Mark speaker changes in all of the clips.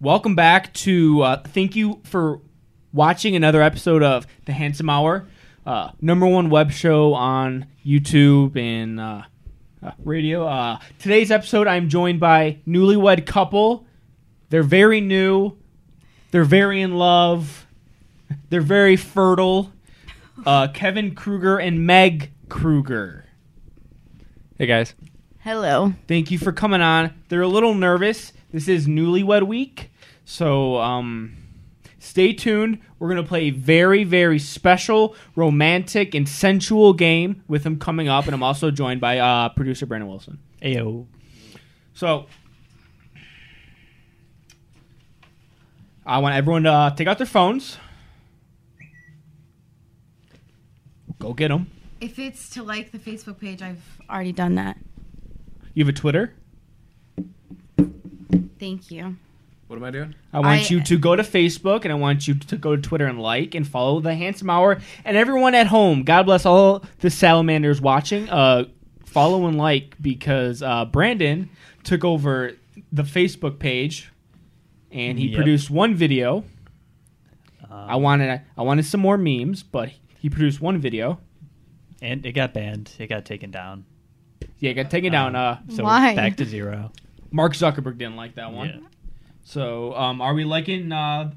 Speaker 1: Welcome back to uh, thank you for watching another episode of The Handsome Hour, uh, number one web show on YouTube and uh, uh, radio. Uh, today's episode, I'm joined by newlywed couple. They're very new. They're very in love. They're very fertile. Uh, Kevin Kruger and Meg Kruger.
Speaker 2: Hey guys.
Speaker 3: Hello.
Speaker 1: Thank you for coming on. They're a little nervous. This is newlywed week. So um, stay tuned. We're going to play a very, very special, romantic, and sensual game with them coming up. And I'm also joined by uh, producer Brandon Wilson.
Speaker 2: Ayo.
Speaker 1: So I want everyone to uh, take out their phones. Go get them.
Speaker 3: If it's to like the Facebook page, I've already done that.
Speaker 1: You have a Twitter.
Speaker 3: Thank you.
Speaker 2: What am I doing?
Speaker 1: I want
Speaker 3: I-
Speaker 1: you to go to Facebook and I want you to go to Twitter and like and follow the Handsome Hour and everyone at home. God bless all the salamanders watching. Uh, follow and like because uh, Brandon took over the Facebook page and he
Speaker 2: Yep.
Speaker 1: produced one video. I
Speaker 2: Uh,
Speaker 1: wanted I wanted some more memes, but he produced one video.
Speaker 2: and it got banned. It got taken down.
Speaker 1: Yeah, got taken down. Uh,
Speaker 2: So
Speaker 3: Why?
Speaker 2: we're back to zero.
Speaker 1: Mark Zuckerberg didn't like that one.
Speaker 2: Yeah.
Speaker 1: So, um, are we liking? Uh,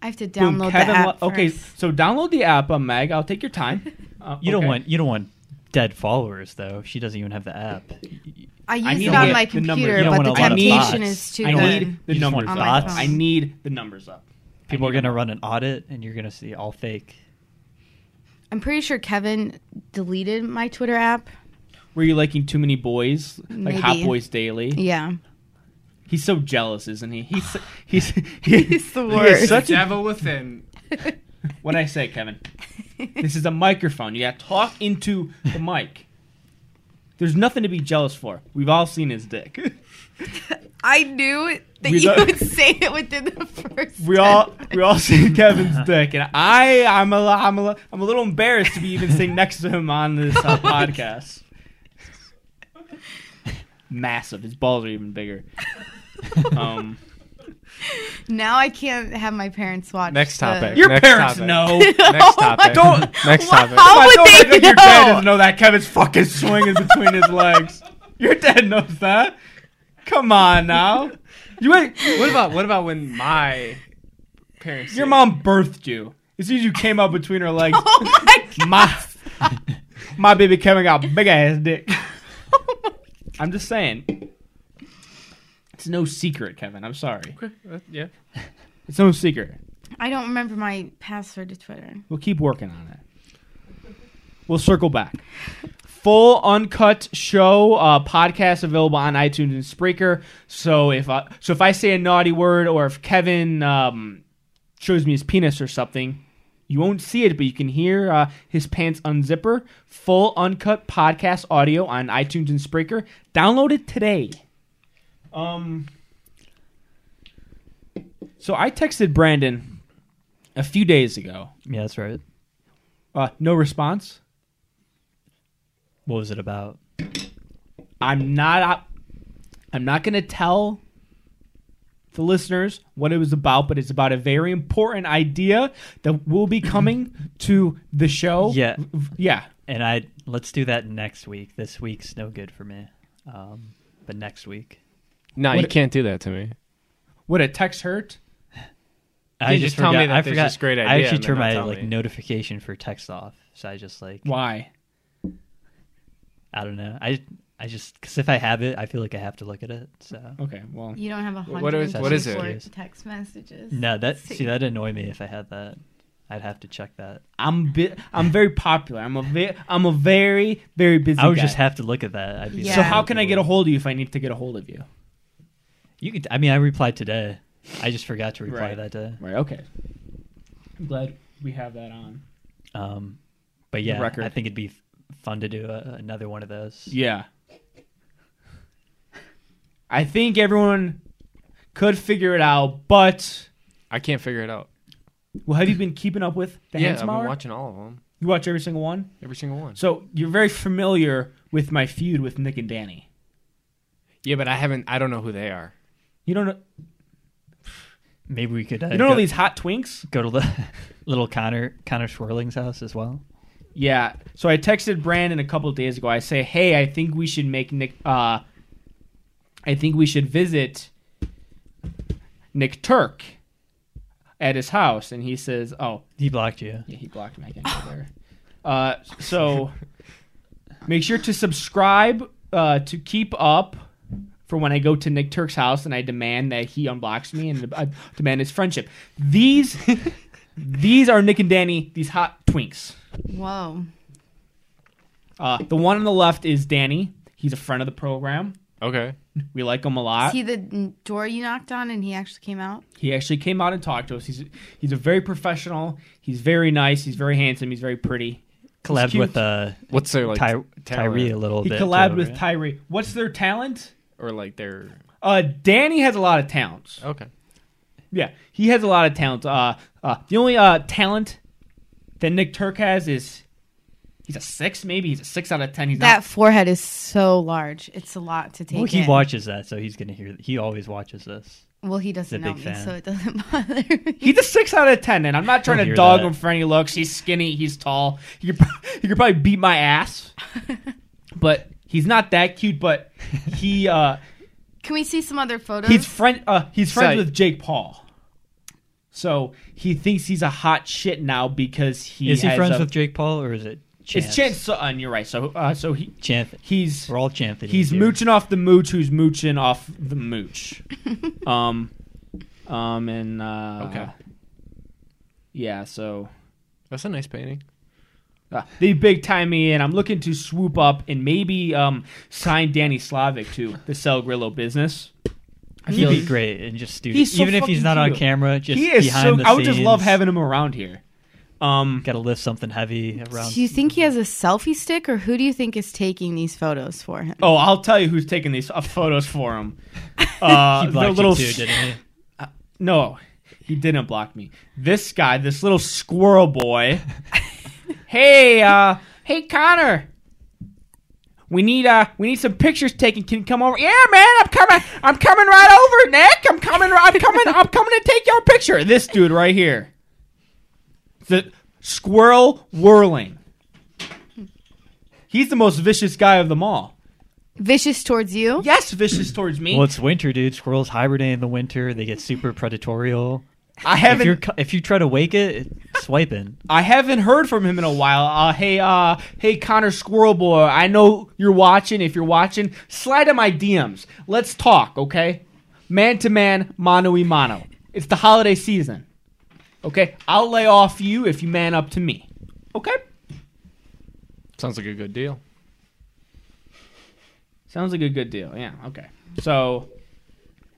Speaker 3: I have to
Speaker 1: boom,
Speaker 3: download
Speaker 1: Kevin
Speaker 3: the app.
Speaker 1: Lo- okay,
Speaker 3: first.
Speaker 1: so download the app, uh, Meg. I'll take your time. Uh, okay.
Speaker 2: You don't want you don't want dead followers though. She doesn't even have the app. You
Speaker 3: I use
Speaker 1: I need
Speaker 3: it
Speaker 1: to
Speaker 3: on
Speaker 1: get
Speaker 3: my
Speaker 1: the numbers.
Speaker 3: computer,
Speaker 1: You
Speaker 2: don't
Speaker 3: but
Speaker 2: want
Speaker 3: the
Speaker 2: a lot of
Speaker 3: temptation
Speaker 2: bots.
Speaker 3: is too
Speaker 1: I
Speaker 3: good.
Speaker 1: need the
Speaker 2: You just
Speaker 1: numbers
Speaker 2: want
Speaker 1: up.
Speaker 2: bots.
Speaker 1: I need the numbers up.
Speaker 2: People
Speaker 1: I
Speaker 2: are
Speaker 1: need
Speaker 2: gonna run an audit, and you're gonna see all fake.
Speaker 3: I'm pretty sure Kevin deleted my Twitter app.
Speaker 1: them. Were you liking too many boys, like Hot
Speaker 3: Maybe.
Speaker 1: Boys Daily?
Speaker 3: Yeah.
Speaker 1: He's so jealous, isn't he? He's he's he's
Speaker 3: the
Speaker 1: He is
Speaker 3: worst.
Speaker 1: such a,
Speaker 4: devil within.
Speaker 1: what I say, Kevin. This is a microphone. You got to talk into the mic. There's nothing to be jealous for. We've all seen his dick.
Speaker 3: I knew that
Speaker 1: We
Speaker 3: you
Speaker 1: don't-
Speaker 3: would say it within the first.
Speaker 1: We all we all seen Kevin's dick, and I I'm a li- I'm a li- I'm a little embarrassed to be even sitting next to him on this uh, podcast. Massive. His balls are even bigger. Um,
Speaker 3: Now I can't have my parents watch.
Speaker 4: Next
Speaker 3: the-
Speaker 4: topic.
Speaker 1: your
Speaker 4: Next
Speaker 1: parents
Speaker 4: topic.
Speaker 1: know.
Speaker 4: Next topic.
Speaker 1: Don't-
Speaker 4: Next
Speaker 3: Wow.
Speaker 4: topic.
Speaker 3: How
Speaker 1: Oh, I
Speaker 3: would
Speaker 1: don't
Speaker 3: they
Speaker 1: think Your dad
Speaker 3: know?
Speaker 1: doesn't know that Kevin's fucking swinging between his legs. Your dad knows that. Come on now. You ain't,
Speaker 4: What about what about when my parents?
Speaker 1: your mom birthed you. As soon as you came up between her legs,
Speaker 3: Oh my god.
Speaker 1: my my baby Kevin got big ass dick. I'm just saying. It's no secret, Kevin. I'm sorry.
Speaker 4: uh, Yeah.
Speaker 1: It's no secret.
Speaker 3: I don't remember my password to Twitter.
Speaker 1: We'll keep working on it. We'll circle back. Full uncut show uh, podcast available on iTunes and Spreaker. So if I, so, if I say a naughty word or if Kevin um, shows me his penis or something, you won't see it, but you can hear uh, his pants unzipper. Full uncut podcast audio on iTunes and Spreaker. Download it today. Um. So I texted Brandon a few days ago.
Speaker 2: Yeah, that's right.
Speaker 1: Uh, no response.
Speaker 2: What was it about?
Speaker 1: I'm not. I'm not going to tell the listeners what it was about, but it's about a very important idea that will be coming to the show.
Speaker 2: Yeah.
Speaker 1: V- yeah.
Speaker 2: And I let's do that next week. This week's no good for me. Um, but next week,
Speaker 4: No,
Speaker 1: What-
Speaker 4: you can't do that to me.
Speaker 1: Would a text hurt?
Speaker 2: I
Speaker 4: You
Speaker 2: just
Speaker 4: just tell me
Speaker 2: forgot.
Speaker 4: that
Speaker 2: I
Speaker 4: there's
Speaker 2: forgot.
Speaker 4: this great
Speaker 2: I
Speaker 4: idea
Speaker 2: actually
Speaker 4: and then
Speaker 2: turned
Speaker 4: don't
Speaker 2: my
Speaker 4: tell
Speaker 2: like
Speaker 4: me.
Speaker 2: notification for text off, so I just like
Speaker 1: Why?
Speaker 2: I don't know. I I just because if I have it, I feel like I have to look at it. So
Speaker 1: Okay. Well,
Speaker 3: You don't have a hundred.
Speaker 4: What is-
Speaker 2: what is it?
Speaker 3: Text messages.
Speaker 2: no, that
Speaker 3: See.
Speaker 2: see that annoy me if I had that. I'd have to check that.
Speaker 1: I'm bi- I'm very popular. I'm a ve- I'm a very very busy.
Speaker 2: I would
Speaker 1: guy.
Speaker 2: just have to look at that. I'd be
Speaker 3: Yeah.
Speaker 1: So
Speaker 2: like,
Speaker 1: how can I get a
Speaker 2: "Lord."
Speaker 1: hold of you if I need to get a hold of you?
Speaker 2: You could. I mean, I replied today. I just forgot to reply
Speaker 1: Right.
Speaker 2: that day.
Speaker 1: Right. Okay. I'm glad we have that on.
Speaker 2: Um, but yeah,
Speaker 1: record.
Speaker 2: I think it'd be f- fun to do a, another one of those.
Speaker 1: Yeah. I think everyone could figure it out, but
Speaker 4: I can't figure it out.
Speaker 1: well, have you been keeping up with the
Speaker 4: yeah, I've
Speaker 1: Handsome
Speaker 4: been
Speaker 1: Hour?
Speaker 4: watching all of them,
Speaker 1: you watch every single one,
Speaker 4: every single one.
Speaker 1: so you're very familiar with my feud with Nick and Danny.
Speaker 4: Yeah, but I haven't. I don't know who they are.
Speaker 1: You don't know.
Speaker 2: Maybe we could. Uh,
Speaker 1: You know
Speaker 2: go,
Speaker 1: all these hot twinks?
Speaker 2: go to the little Connor Connor Schwerling's house as well.
Speaker 1: Yeah. So I texted Brandon a couple of days ago. I say, hey, I think we should make Nick. Uh, I think we should visit Nick Turk at his house, and he says, oh,
Speaker 2: He blocked you.
Speaker 1: Yeah, he blocked me. I can't go there. Uh, so make sure to subscribe uh, to keep up for when I go to Nick Turk's house and I demand that he unblocks me and I demand his friendship. These these are Nick and Danny, these hot twinks.
Speaker 3: Whoa.
Speaker 1: Uh, the one on the left is Danny. He's a friend of the program.
Speaker 4: Okay.
Speaker 1: We like him a
Speaker 3: Is
Speaker 1: lot.
Speaker 3: he the n- door you knocked on and he actually came out?
Speaker 1: He actually came out and talked to us. He's he's a very professional. He's very nice. He's very handsome. He's very pretty.
Speaker 2: Collabed
Speaker 1: cute.
Speaker 2: with uh,
Speaker 4: What's their like
Speaker 2: Ty-
Speaker 4: talent?
Speaker 2: Tyree a little
Speaker 1: He
Speaker 2: bit.
Speaker 1: collabed
Speaker 2: too,
Speaker 1: with
Speaker 2: right?
Speaker 1: Tyree. What's their talent?
Speaker 4: or like their
Speaker 1: Uh, Danny has a lot of talents.
Speaker 4: okay?
Speaker 1: Yeah, he has a lot of talents. Uh, uh, the only uh, talent that Nick Turk has is he's a six, maybe he's a six out of ten. He's
Speaker 3: That forehead is so large. It's a lot to take
Speaker 2: Well, he
Speaker 3: in.
Speaker 2: watches that, so he's gonna hear. He always watches this.
Speaker 3: well, he doesn't
Speaker 2: a
Speaker 3: know
Speaker 2: big
Speaker 3: me,
Speaker 2: fan.
Speaker 3: so it doesn't bother me.
Speaker 1: not. He's a six out of ten, and I'm not trying
Speaker 2: Don't
Speaker 1: to
Speaker 2: hear
Speaker 1: dog
Speaker 2: that.
Speaker 1: him for any looks. He's skinny, he's tall. He could, pro- he could probably beat my ass, but he's not that cute. But he uh,
Speaker 3: Can we see some other photos?
Speaker 1: he's friend uh, he's friends
Speaker 4: Say-
Speaker 1: with Jake Paul, so he thinks he's a hot shit now because he
Speaker 2: is he
Speaker 1: has
Speaker 2: friends
Speaker 1: a-
Speaker 2: with Jake Paul or is it Chance?
Speaker 1: It's Chance Sutton. You're right. So, uh, so he
Speaker 2: Chanth.
Speaker 1: he's
Speaker 2: We're all chanting.
Speaker 1: he's
Speaker 2: here.
Speaker 1: mooching off the mooch, who's mooching off the mooch. um, um, and uh,
Speaker 4: Okay.
Speaker 1: yeah. So
Speaker 4: That's a nice painting.
Speaker 1: uh, they big time me, and I'm looking to swoop up and maybe um sign Danny Slavic to the Sell Grillo business. I
Speaker 2: He'd
Speaker 1: feel
Speaker 2: be great and just do
Speaker 1: He's so
Speaker 2: even if he's
Speaker 1: fucking
Speaker 2: not on
Speaker 1: cute.
Speaker 2: camera. Just
Speaker 1: he is
Speaker 2: behind
Speaker 1: so.
Speaker 2: the
Speaker 1: I would just love
Speaker 2: scenes.
Speaker 1: having him around here. Um,
Speaker 2: Got to lift something heavy around.
Speaker 3: do you think he has a selfie stick, or who do you think is taking these photos for him?
Speaker 1: oh, I'll tell you who's taking these uh, photos for him. Uh,
Speaker 2: he blocked
Speaker 1: the
Speaker 2: you
Speaker 1: little
Speaker 2: too, didn't he?
Speaker 1: No, he didn't block me. This guy, this little squirrel boy. hey, uh, hey Connor. We need uh we need some pictures taken. Can you come over? Yeah, man, I'm coming. I'm coming right over, Nick. I'm coming. I'm coming. I'm coming to take your picture. This dude right here. The squirrel whirling. He's the most vicious guy of them all.
Speaker 3: Vicious towards you?
Speaker 1: Yes, vicious towards me.
Speaker 2: Well, it's winter, dude. Squirrels hibernate in the winter. They get super predatorial.
Speaker 1: I
Speaker 2: If
Speaker 1: haven't
Speaker 2: you are if you try to wake it, it's swiping.
Speaker 1: I haven't heard from him in a while. Uh, hey, uh, hey, Connor Squirrel Boy, I know you're watching. If you're watching, slide in my DMs. Let's talk, okay? Man to man, mano a mano. It's the holiday season, okay? I'll lay off you if you man up to me, okay?
Speaker 4: Sounds like a good deal.
Speaker 1: Sounds like a good deal. Yeah, okay. So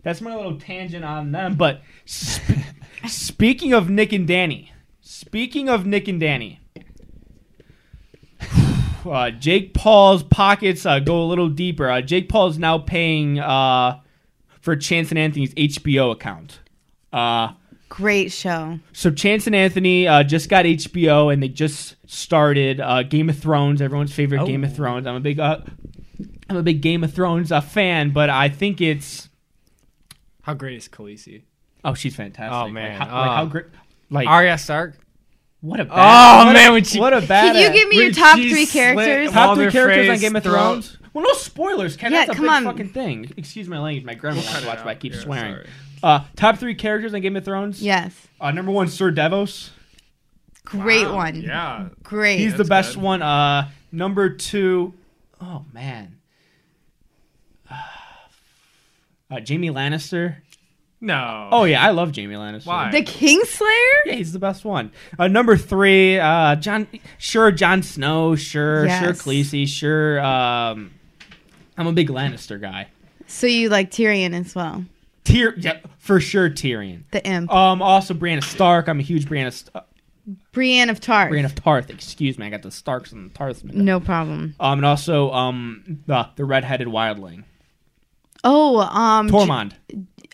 Speaker 1: that's my little tangent on them. But sp- speaking of Nick and Danny, speaking of Nick and Danny, uh, Jake Paul's pockets uh, go a little deeper. Uh, Jake Paul is now paying uh, for Chance and Anthony's HBO account. Uh,
Speaker 3: Great show.
Speaker 1: so Chance and Anthony uh, just got HBO, and they just started uh, Game of Thrones. Everyone's favorite
Speaker 2: Oh.
Speaker 1: Game of Thrones. I'm a big, uh, I'm a big Game of Thrones uh, fan, but I think it's
Speaker 4: How great is Khaleesi?
Speaker 1: oh, she's fantastic.
Speaker 4: Oh,
Speaker 1: Like,
Speaker 4: man.
Speaker 1: how- like,
Speaker 4: Uh,
Speaker 1: how great! Like
Speaker 4: Arya Stark.
Speaker 1: what a
Speaker 4: Oh,
Speaker 1: bad, what
Speaker 4: man,
Speaker 1: a,
Speaker 4: when she-
Speaker 1: what a bad.
Speaker 3: Can you give me your
Speaker 4: When
Speaker 3: top
Speaker 4: she
Speaker 3: three
Speaker 4: slit
Speaker 3: characters?
Speaker 4: all
Speaker 1: top three
Speaker 4: their
Speaker 1: characters on
Speaker 4: phrase
Speaker 1: Game of
Speaker 4: throughout-
Speaker 1: Thrones? Well, no spoilers, Ken.
Speaker 3: Yeah,
Speaker 1: That's a
Speaker 3: come
Speaker 1: big
Speaker 3: on.
Speaker 1: fucking thing. Excuse my language. My grandma wants to watch, but I keep
Speaker 4: Yeah,
Speaker 1: swearing.
Speaker 4: sorry.
Speaker 1: Uh, top three characters on Game of Thrones.
Speaker 3: Yes.
Speaker 1: Uh, number one, Sir Davos.
Speaker 3: Great
Speaker 4: Wow,
Speaker 3: one.
Speaker 4: Yeah.
Speaker 3: Great.
Speaker 1: He's the
Speaker 4: That's
Speaker 1: best
Speaker 4: good.
Speaker 1: one. Uh, number two, oh man, uh, Jamie Lannister.
Speaker 4: No.
Speaker 1: Oh yeah, I love Jamie Lannister.
Speaker 4: Why?
Speaker 3: the Kingslayer?
Speaker 1: Yeah, he's the best one. Uh, number three, uh, John. Sure, John Snow. Sure,
Speaker 3: Yes.
Speaker 1: sure, Khaleesi. Sure. Um, I'm a big Lannister guy.
Speaker 3: So you like Tyrion as well.
Speaker 1: Tyr, yeah, for sure, Tyrion.
Speaker 3: The imp.
Speaker 1: Um, also Brianna Stark. I'm a huge Brianna St- uh,
Speaker 3: Brienne of Tarth.
Speaker 1: Brienne of Tarth. Excuse me, I got the Starks and the Tarths. mixed up.
Speaker 3: no problem.
Speaker 1: Um, and also um, the the redheaded wildling.
Speaker 3: Oh, um.
Speaker 1: Tormund.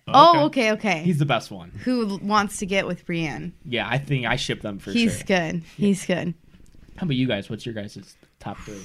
Speaker 3: Oh, okay, okay.
Speaker 1: He's the best one.
Speaker 3: Who wants to get with Brienne?
Speaker 1: Yeah, I think I ship them for
Speaker 3: He's
Speaker 1: sure.
Speaker 3: good. He's good.
Speaker 1: How about you guys? What's your guys' top three?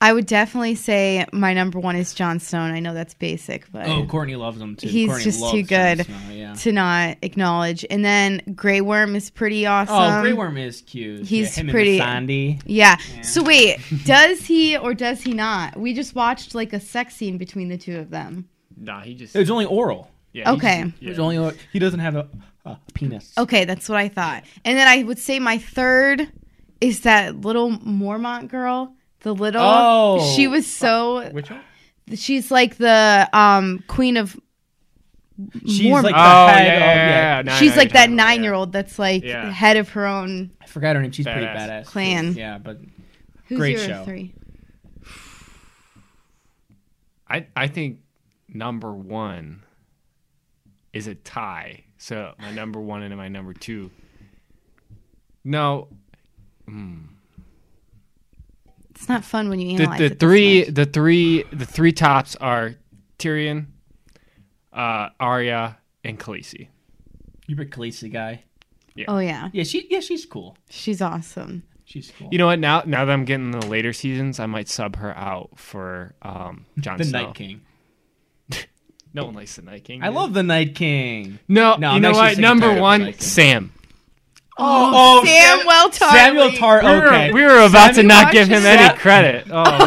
Speaker 3: I would definitely say my number one is Jon Stone. I know that's basic, but
Speaker 1: Oh, Courtney loves him too.
Speaker 3: He's
Speaker 1: Courtney
Speaker 3: just too
Speaker 1: loves Jon
Speaker 3: good.
Speaker 1: Snow, yeah.
Speaker 3: to not acknowledge. And then Grey Worm is pretty awesome.
Speaker 1: Oh, Grey Worm is cute.
Speaker 3: he's
Speaker 1: yeah, him
Speaker 3: pretty-
Speaker 1: And Sandy.
Speaker 3: Yeah.
Speaker 1: Yeah.
Speaker 3: So wait, does he or does he not? We just watched like a sex scene between the two of them.
Speaker 4: Nah, he just.
Speaker 1: It was only oral.
Speaker 4: yeah, he
Speaker 3: okay.
Speaker 4: just- yeah.
Speaker 1: It was only he doesn't have a, a penis.
Speaker 3: Okay, that's what I thought. And then I would say my third is that little Mormont girl. The little
Speaker 1: Oh.
Speaker 3: she was so
Speaker 4: Which one?
Speaker 3: she's like the um queen of
Speaker 1: She's
Speaker 3: Mormon.
Speaker 1: like the
Speaker 4: Oh, yeah,
Speaker 1: head
Speaker 4: yeah,
Speaker 1: of-
Speaker 4: yeah, yeah. No, I know
Speaker 3: she's
Speaker 4: what
Speaker 3: like
Speaker 4: you're
Speaker 3: that
Speaker 4: talking about, yeah.
Speaker 3: nine year old that's like
Speaker 4: Yeah.
Speaker 3: head of her own
Speaker 1: I forgot her name. She's pretty
Speaker 4: Badass.
Speaker 1: badass.
Speaker 3: Clan.
Speaker 1: Yeah, but
Speaker 3: who's
Speaker 1: Great
Speaker 3: your
Speaker 1: show.
Speaker 3: three?
Speaker 4: I I think number one is a tie. So my number one and my number two. No,
Speaker 3: It's not fun when you
Speaker 4: the,
Speaker 3: analyze
Speaker 4: the
Speaker 3: it this
Speaker 4: three
Speaker 3: much.
Speaker 4: the three the three tops are Tyrion, uh, Arya, and Khaleesi.
Speaker 1: you big Khaleesi guy.
Speaker 3: Oh yeah.
Speaker 1: Yeah, she yeah she's cool.
Speaker 3: She's awesome.
Speaker 1: She's cool.
Speaker 4: You know what? Now now that I'm getting the later seasons, I might sub her out for um, Jon
Speaker 1: the
Speaker 4: Snow.
Speaker 1: Night King.
Speaker 4: No one likes the Night King.
Speaker 1: I
Speaker 4: dude.
Speaker 1: love the Night King.
Speaker 4: No,
Speaker 1: No,
Speaker 4: you
Speaker 1: I'm
Speaker 4: know
Speaker 1: actually
Speaker 4: what?
Speaker 1: sick and tired of
Speaker 4: Number
Speaker 1: the
Speaker 4: one,
Speaker 1: Night King.
Speaker 4: Sam.
Speaker 1: Oh,
Speaker 3: Samuel Tarly.
Speaker 1: Samuel Tar. oh,
Speaker 4: We were-
Speaker 1: Okay,
Speaker 4: we were about to
Speaker 3: you
Speaker 4: not give
Speaker 3: watched
Speaker 4: him
Speaker 1: Sam?
Speaker 4: any credit. Oh,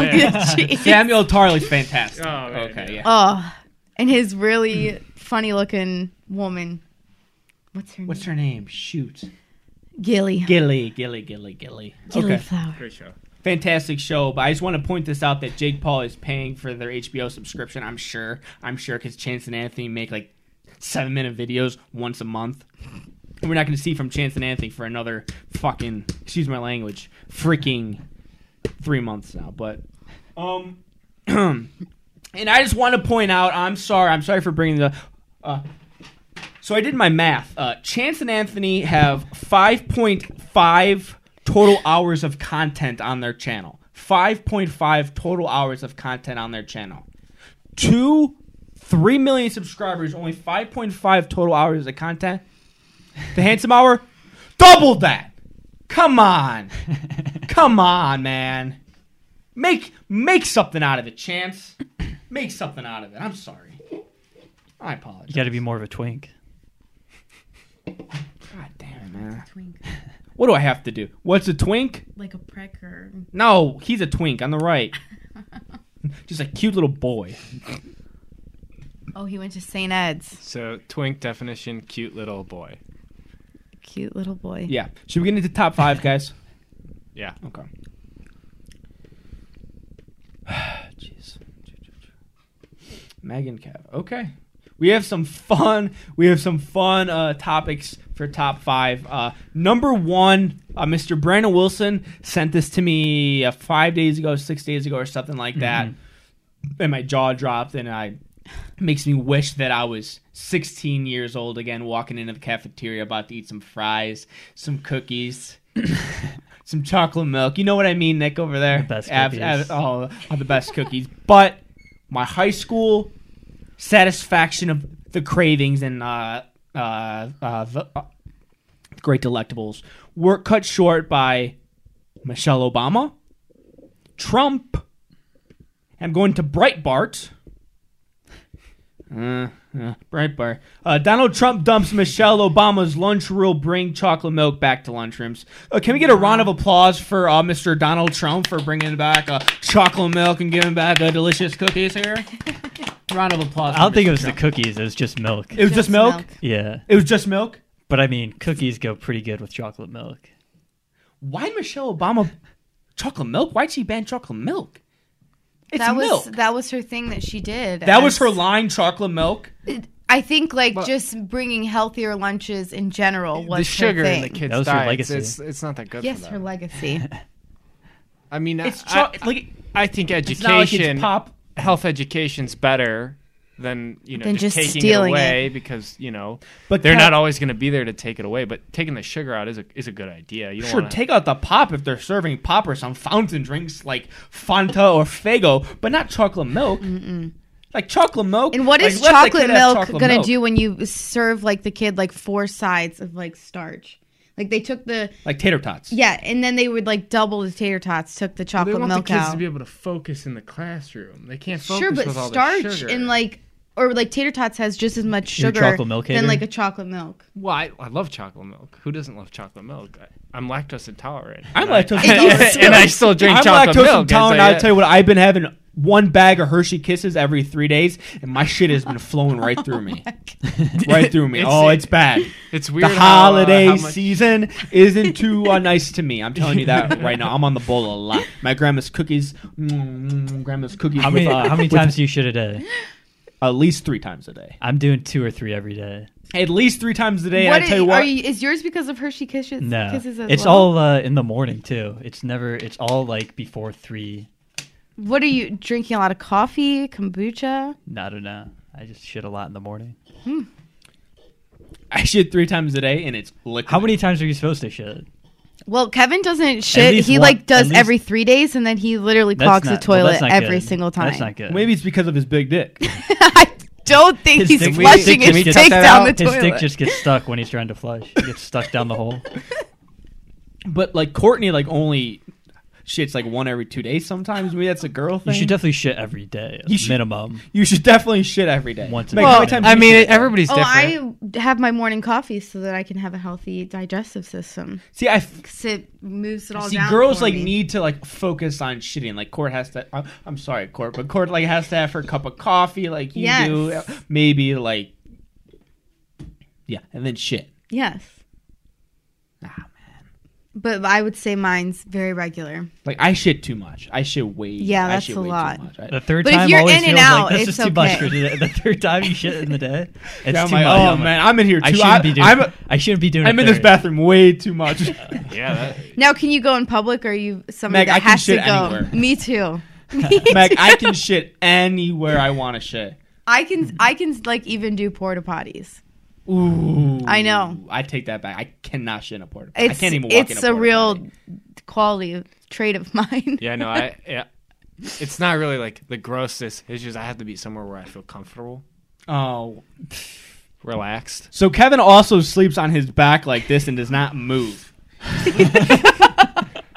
Speaker 4: man.
Speaker 1: Samuel Tarly's fantastic.
Speaker 4: Oh, man,
Speaker 1: okay,
Speaker 4: yeah.
Speaker 1: yeah.
Speaker 3: Oh, and his really funny looking woman. What's her
Speaker 1: What's
Speaker 3: name?
Speaker 1: her name? Shoot,
Speaker 3: Gilly.
Speaker 1: Gilly, Gilly, Gilly, Gilly.
Speaker 3: Gilly
Speaker 1: Okay,
Speaker 3: Flower.
Speaker 4: Great show.
Speaker 1: fantastic show. But I just want to point this out that Jake Paul is paying for their HBO subscription. I'm sure. I'm sure because Chance and Anthony make like seven minute videos once a month. And we're not going to see from Chance and Anthony for another fucking, excuse my language, freaking three months now. But, um, and I just want to point out, I'm sorry, I'm sorry for bringing the, uh, so I did my math. Uh, Chance and Anthony have 5.5 total hours of content on their channel. 5.5 total hours of content on their channel. Two, three million subscribers, only 5.5 total hours of content. The Handsome Hour, double that. Come on, come on, man. Make make something out of it, Chance. Make something out of it. I'm sorry. I apologize.
Speaker 2: You got to be more of a twink.
Speaker 1: God damn it, man. What do I have to do? What's a twink?
Speaker 3: Like a precker.
Speaker 1: No, he's a twink on the right. Just a cute little boy.
Speaker 3: Oh, he went to St. Ed's.
Speaker 4: So, twink definition, cute little boy.
Speaker 3: Cute little boy.
Speaker 1: Yeah. Should we get into top five, guys?
Speaker 4: Yeah.
Speaker 1: Okay. Jeez. Megan Cav. Okay. We have some fun. We have some fun uh, topics for top five. Uh, number one, uh, Mr. Brandon Wilson sent this to me uh, five days ago, six days ago, or something like that. And my jaw dropped, and I it makes me wish that I was 16 years old again, walking into the cafeteria about to eat some fries, some cookies, some chocolate milk. You know what I mean, Nick, over there?
Speaker 2: The best
Speaker 1: Ab-
Speaker 2: cookies.
Speaker 1: ab- oh, are the best cookies. But my high school satisfaction of the cravings and uh, uh, uh, the, uh, great delectables were cut short by Michelle Obama, Trump. I'm going to Breitbart. Uh, uh, Breitbart. Uh, Donald Trump dumps Michelle Obama's lunch rule: bring chocolate milk back to lunchrooms. Uh, can we get a round of applause for uh, Mr. Donald Trump for bringing back uh, chocolate milk and giving back uh, delicious cookies here? round of applause.
Speaker 2: I don't
Speaker 1: for
Speaker 2: think
Speaker 1: Mr.
Speaker 2: it was
Speaker 1: Trump.
Speaker 2: the cookies. It was just milk.
Speaker 1: It was just, milk?
Speaker 2: Yeah,
Speaker 1: It was just milk.
Speaker 2: but I mean, cookies go pretty good with chocolate milk.
Speaker 1: Why Michelle Obama chocolate milk? Why'd she ban chocolate milk? It's
Speaker 3: that was
Speaker 1: milk.
Speaker 3: that was her thing that she did.
Speaker 1: that was
Speaker 3: as-
Speaker 1: her line, chocolate milk.
Speaker 3: I think like
Speaker 4: Well-
Speaker 3: just bringing healthier lunches in general was
Speaker 4: the sugar
Speaker 3: her
Speaker 4: in
Speaker 3: thing.
Speaker 4: the kids'
Speaker 2: That was her
Speaker 4: diets.
Speaker 2: legacy.
Speaker 4: It's, it's not that good
Speaker 3: Yes,
Speaker 4: for
Speaker 3: her
Speaker 4: them.
Speaker 3: legacy.
Speaker 4: I mean, I-
Speaker 1: It's cho-
Speaker 4: I,
Speaker 1: like
Speaker 4: I think
Speaker 1: it's not like
Speaker 4: education,
Speaker 1: it's pop.
Speaker 4: health education's better than, you know,
Speaker 3: Than just
Speaker 4: just, taking
Speaker 3: stealing
Speaker 4: it away because, you know,
Speaker 1: But
Speaker 4: they're
Speaker 1: Kat-
Speaker 4: not always going to be there to take it away. But taking the sugar out is a, is a good idea. You don't
Speaker 1: Sure,
Speaker 4: want
Speaker 1: take out the pop if they're serving pop or some fountain drinks like Fanta or Fago, but not chocolate milk. Like chocolate milk.
Speaker 3: And what
Speaker 1: like,
Speaker 3: is
Speaker 1: let the
Speaker 3: chocolate
Speaker 1: kid have
Speaker 3: milk
Speaker 1: chocolate
Speaker 3: gonna
Speaker 1: milk.
Speaker 3: do when you serve like the kid like four sides of like starch? Like they took the
Speaker 1: like tater tots.
Speaker 3: yeah, and then they would like double the tater tots, took the
Speaker 4: They
Speaker 3: chocolate
Speaker 4: want
Speaker 3: milk
Speaker 4: the kids
Speaker 3: out.
Speaker 4: to be able to focus in the classroom. They can't focus
Speaker 3: sure, but
Speaker 4: with all the
Speaker 3: starch
Speaker 4: sugar.
Speaker 3: and like or like tater tots has just as much
Speaker 2: You're a
Speaker 3: sugar
Speaker 2: chocolate milk
Speaker 3: than
Speaker 2: hater?
Speaker 3: like a chocolate milk.
Speaker 4: well, I, I love chocolate milk. Who doesn't love chocolate milk? I, I'm lactose intolerant.
Speaker 1: I'm
Speaker 4: And I-
Speaker 1: lactose
Speaker 3: And you
Speaker 1: intolerant.
Speaker 3: still-
Speaker 4: and I still drink
Speaker 1: I'm
Speaker 4: chocolate
Speaker 1: lactose
Speaker 4: milk.
Speaker 1: intolerant.
Speaker 4: It's like,
Speaker 1: I'll tell you what, I've been having one bag of Hershey Kisses every three days, and my shit has been flowing right through
Speaker 3: Oh
Speaker 1: me, right through me.
Speaker 4: It's-
Speaker 1: oh, it's bad.
Speaker 4: it's weird.
Speaker 1: the
Speaker 4: how, uh,
Speaker 1: holiday
Speaker 4: how much-
Speaker 1: season isn't too uh, nice to me. I'm telling you that right now. I'm on the bowl a lot. My grandma's cookies, mm, mm, grandma's cookies.
Speaker 2: How many
Speaker 1: with, uh,
Speaker 2: how many
Speaker 1: with
Speaker 2: times do you shit a day?
Speaker 1: At least three times a day.
Speaker 2: I'm doing two or three every day.
Speaker 1: At least three times a day.
Speaker 3: What
Speaker 1: and I tell
Speaker 3: is-
Speaker 1: you what,
Speaker 3: are you, is yours because of Hershey Kisses?
Speaker 2: No,
Speaker 3: Kisses as
Speaker 2: it's
Speaker 3: well?
Speaker 2: all uh, in the morning too. It's never. It's all like before three.
Speaker 3: What are you drinking? A lot of coffee, kombucha.
Speaker 2: I don't know. I just shit a lot in the morning.
Speaker 1: I shit three times a day, and it's liquid.
Speaker 2: How many times are you supposed to shit?
Speaker 3: Well, Kevin doesn't shit.
Speaker 2: least
Speaker 3: He
Speaker 2: one-
Speaker 3: like
Speaker 2: at
Speaker 3: does
Speaker 2: least-
Speaker 3: every three days, and then he literally clogs the
Speaker 2: well, that's
Speaker 3: toilet
Speaker 2: not
Speaker 3: every
Speaker 2: good.
Speaker 3: single time.
Speaker 2: That's not good.
Speaker 1: Maybe it's because of his big dick.
Speaker 3: I don't think
Speaker 2: His
Speaker 3: he's
Speaker 2: dick-
Speaker 3: flushing
Speaker 2: his
Speaker 3: his dick
Speaker 2: dick just-
Speaker 3: down the
Speaker 2: his dick
Speaker 3: toilet.
Speaker 2: just gets stuck when he's trying to flush. It gets stuck down the hole.
Speaker 1: But like Courtney, like only shits like one every two days. Sometimes maybe that's a girl
Speaker 2: You
Speaker 1: thing.
Speaker 2: should definitely shit every day,
Speaker 1: You should-
Speaker 2: minimum.
Speaker 1: You should definitely shit every day.
Speaker 2: Once a
Speaker 1: Meg,
Speaker 2: day.
Speaker 1: how many
Speaker 2: Well,
Speaker 1: times
Speaker 4: I
Speaker 1: do you
Speaker 4: mean,
Speaker 1: shit?
Speaker 4: everybody's
Speaker 3: Oh,
Speaker 4: different.
Speaker 3: I have my morning coffee so that I can have a healthy digestive system.
Speaker 1: see, I f-
Speaker 3: 'Cause it moves it all
Speaker 1: see
Speaker 3: down.
Speaker 1: girls
Speaker 3: for
Speaker 1: like
Speaker 3: me.
Speaker 1: need to like focus on shitting. Like Court has to. I'm, I'm sorry, Court, but Court like has to have her cup of coffee, like you
Speaker 3: Yes.
Speaker 1: do. Maybe like, yeah, and then shit.
Speaker 3: Yes,
Speaker 1: Nah, Ah, man.
Speaker 3: but I would say mine's very regular.
Speaker 1: Like I shit too much. I shit way.
Speaker 3: Yeah,
Speaker 1: I
Speaker 3: that's
Speaker 1: shit
Speaker 3: a
Speaker 1: way
Speaker 3: lot.
Speaker 1: Too much. I,
Speaker 2: The third
Speaker 3: But if
Speaker 2: time
Speaker 3: you're
Speaker 2: always
Speaker 3: in and
Speaker 2: feels
Speaker 3: out,
Speaker 2: like this
Speaker 3: it's
Speaker 2: is too much
Speaker 3: okay.
Speaker 2: for today. The third time you shit in the day, it's
Speaker 1: I'm
Speaker 2: too
Speaker 1: like,
Speaker 2: much.
Speaker 1: oh
Speaker 2: I'm like,
Speaker 1: man, I'm in here too.
Speaker 2: I shouldn't be doing.
Speaker 1: I'm,
Speaker 2: I'm, I should not be doing.
Speaker 1: I'm
Speaker 2: a
Speaker 1: in this
Speaker 2: third.
Speaker 1: bathroom way too much.
Speaker 4: yeah, that,
Speaker 3: Now, can you go in public, or are you somebody
Speaker 1: Meg,
Speaker 3: that
Speaker 1: I can
Speaker 3: has to
Speaker 1: shit
Speaker 3: go?
Speaker 1: anywhere.
Speaker 3: Me too.
Speaker 1: Meg, I can shit anywhere I want to shit.
Speaker 3: I can I can like even do porta potties.
Speaker 1: Ooh,
Speaker 3: I know.
Speaker 1: I take that back. I cannot shit in a porta. potty.
Speaker 3: It's
Speaker 1: I can't even walk in a
Speaker 3: it's a
Speaker 1: porta
Speaker 3: real
Speaker 1: potty.
Speaker 3: quality of, trait of mine.
Speaker 4: yeah, no, I. Yeah, it's not really like the grossest. It's just I have to be somewhere where I feel comfortable,
Speaker 1: Oh,
Speaker 4: relaxed.
Speaker 1: so Kevin also sleeps on his back like this and does not move.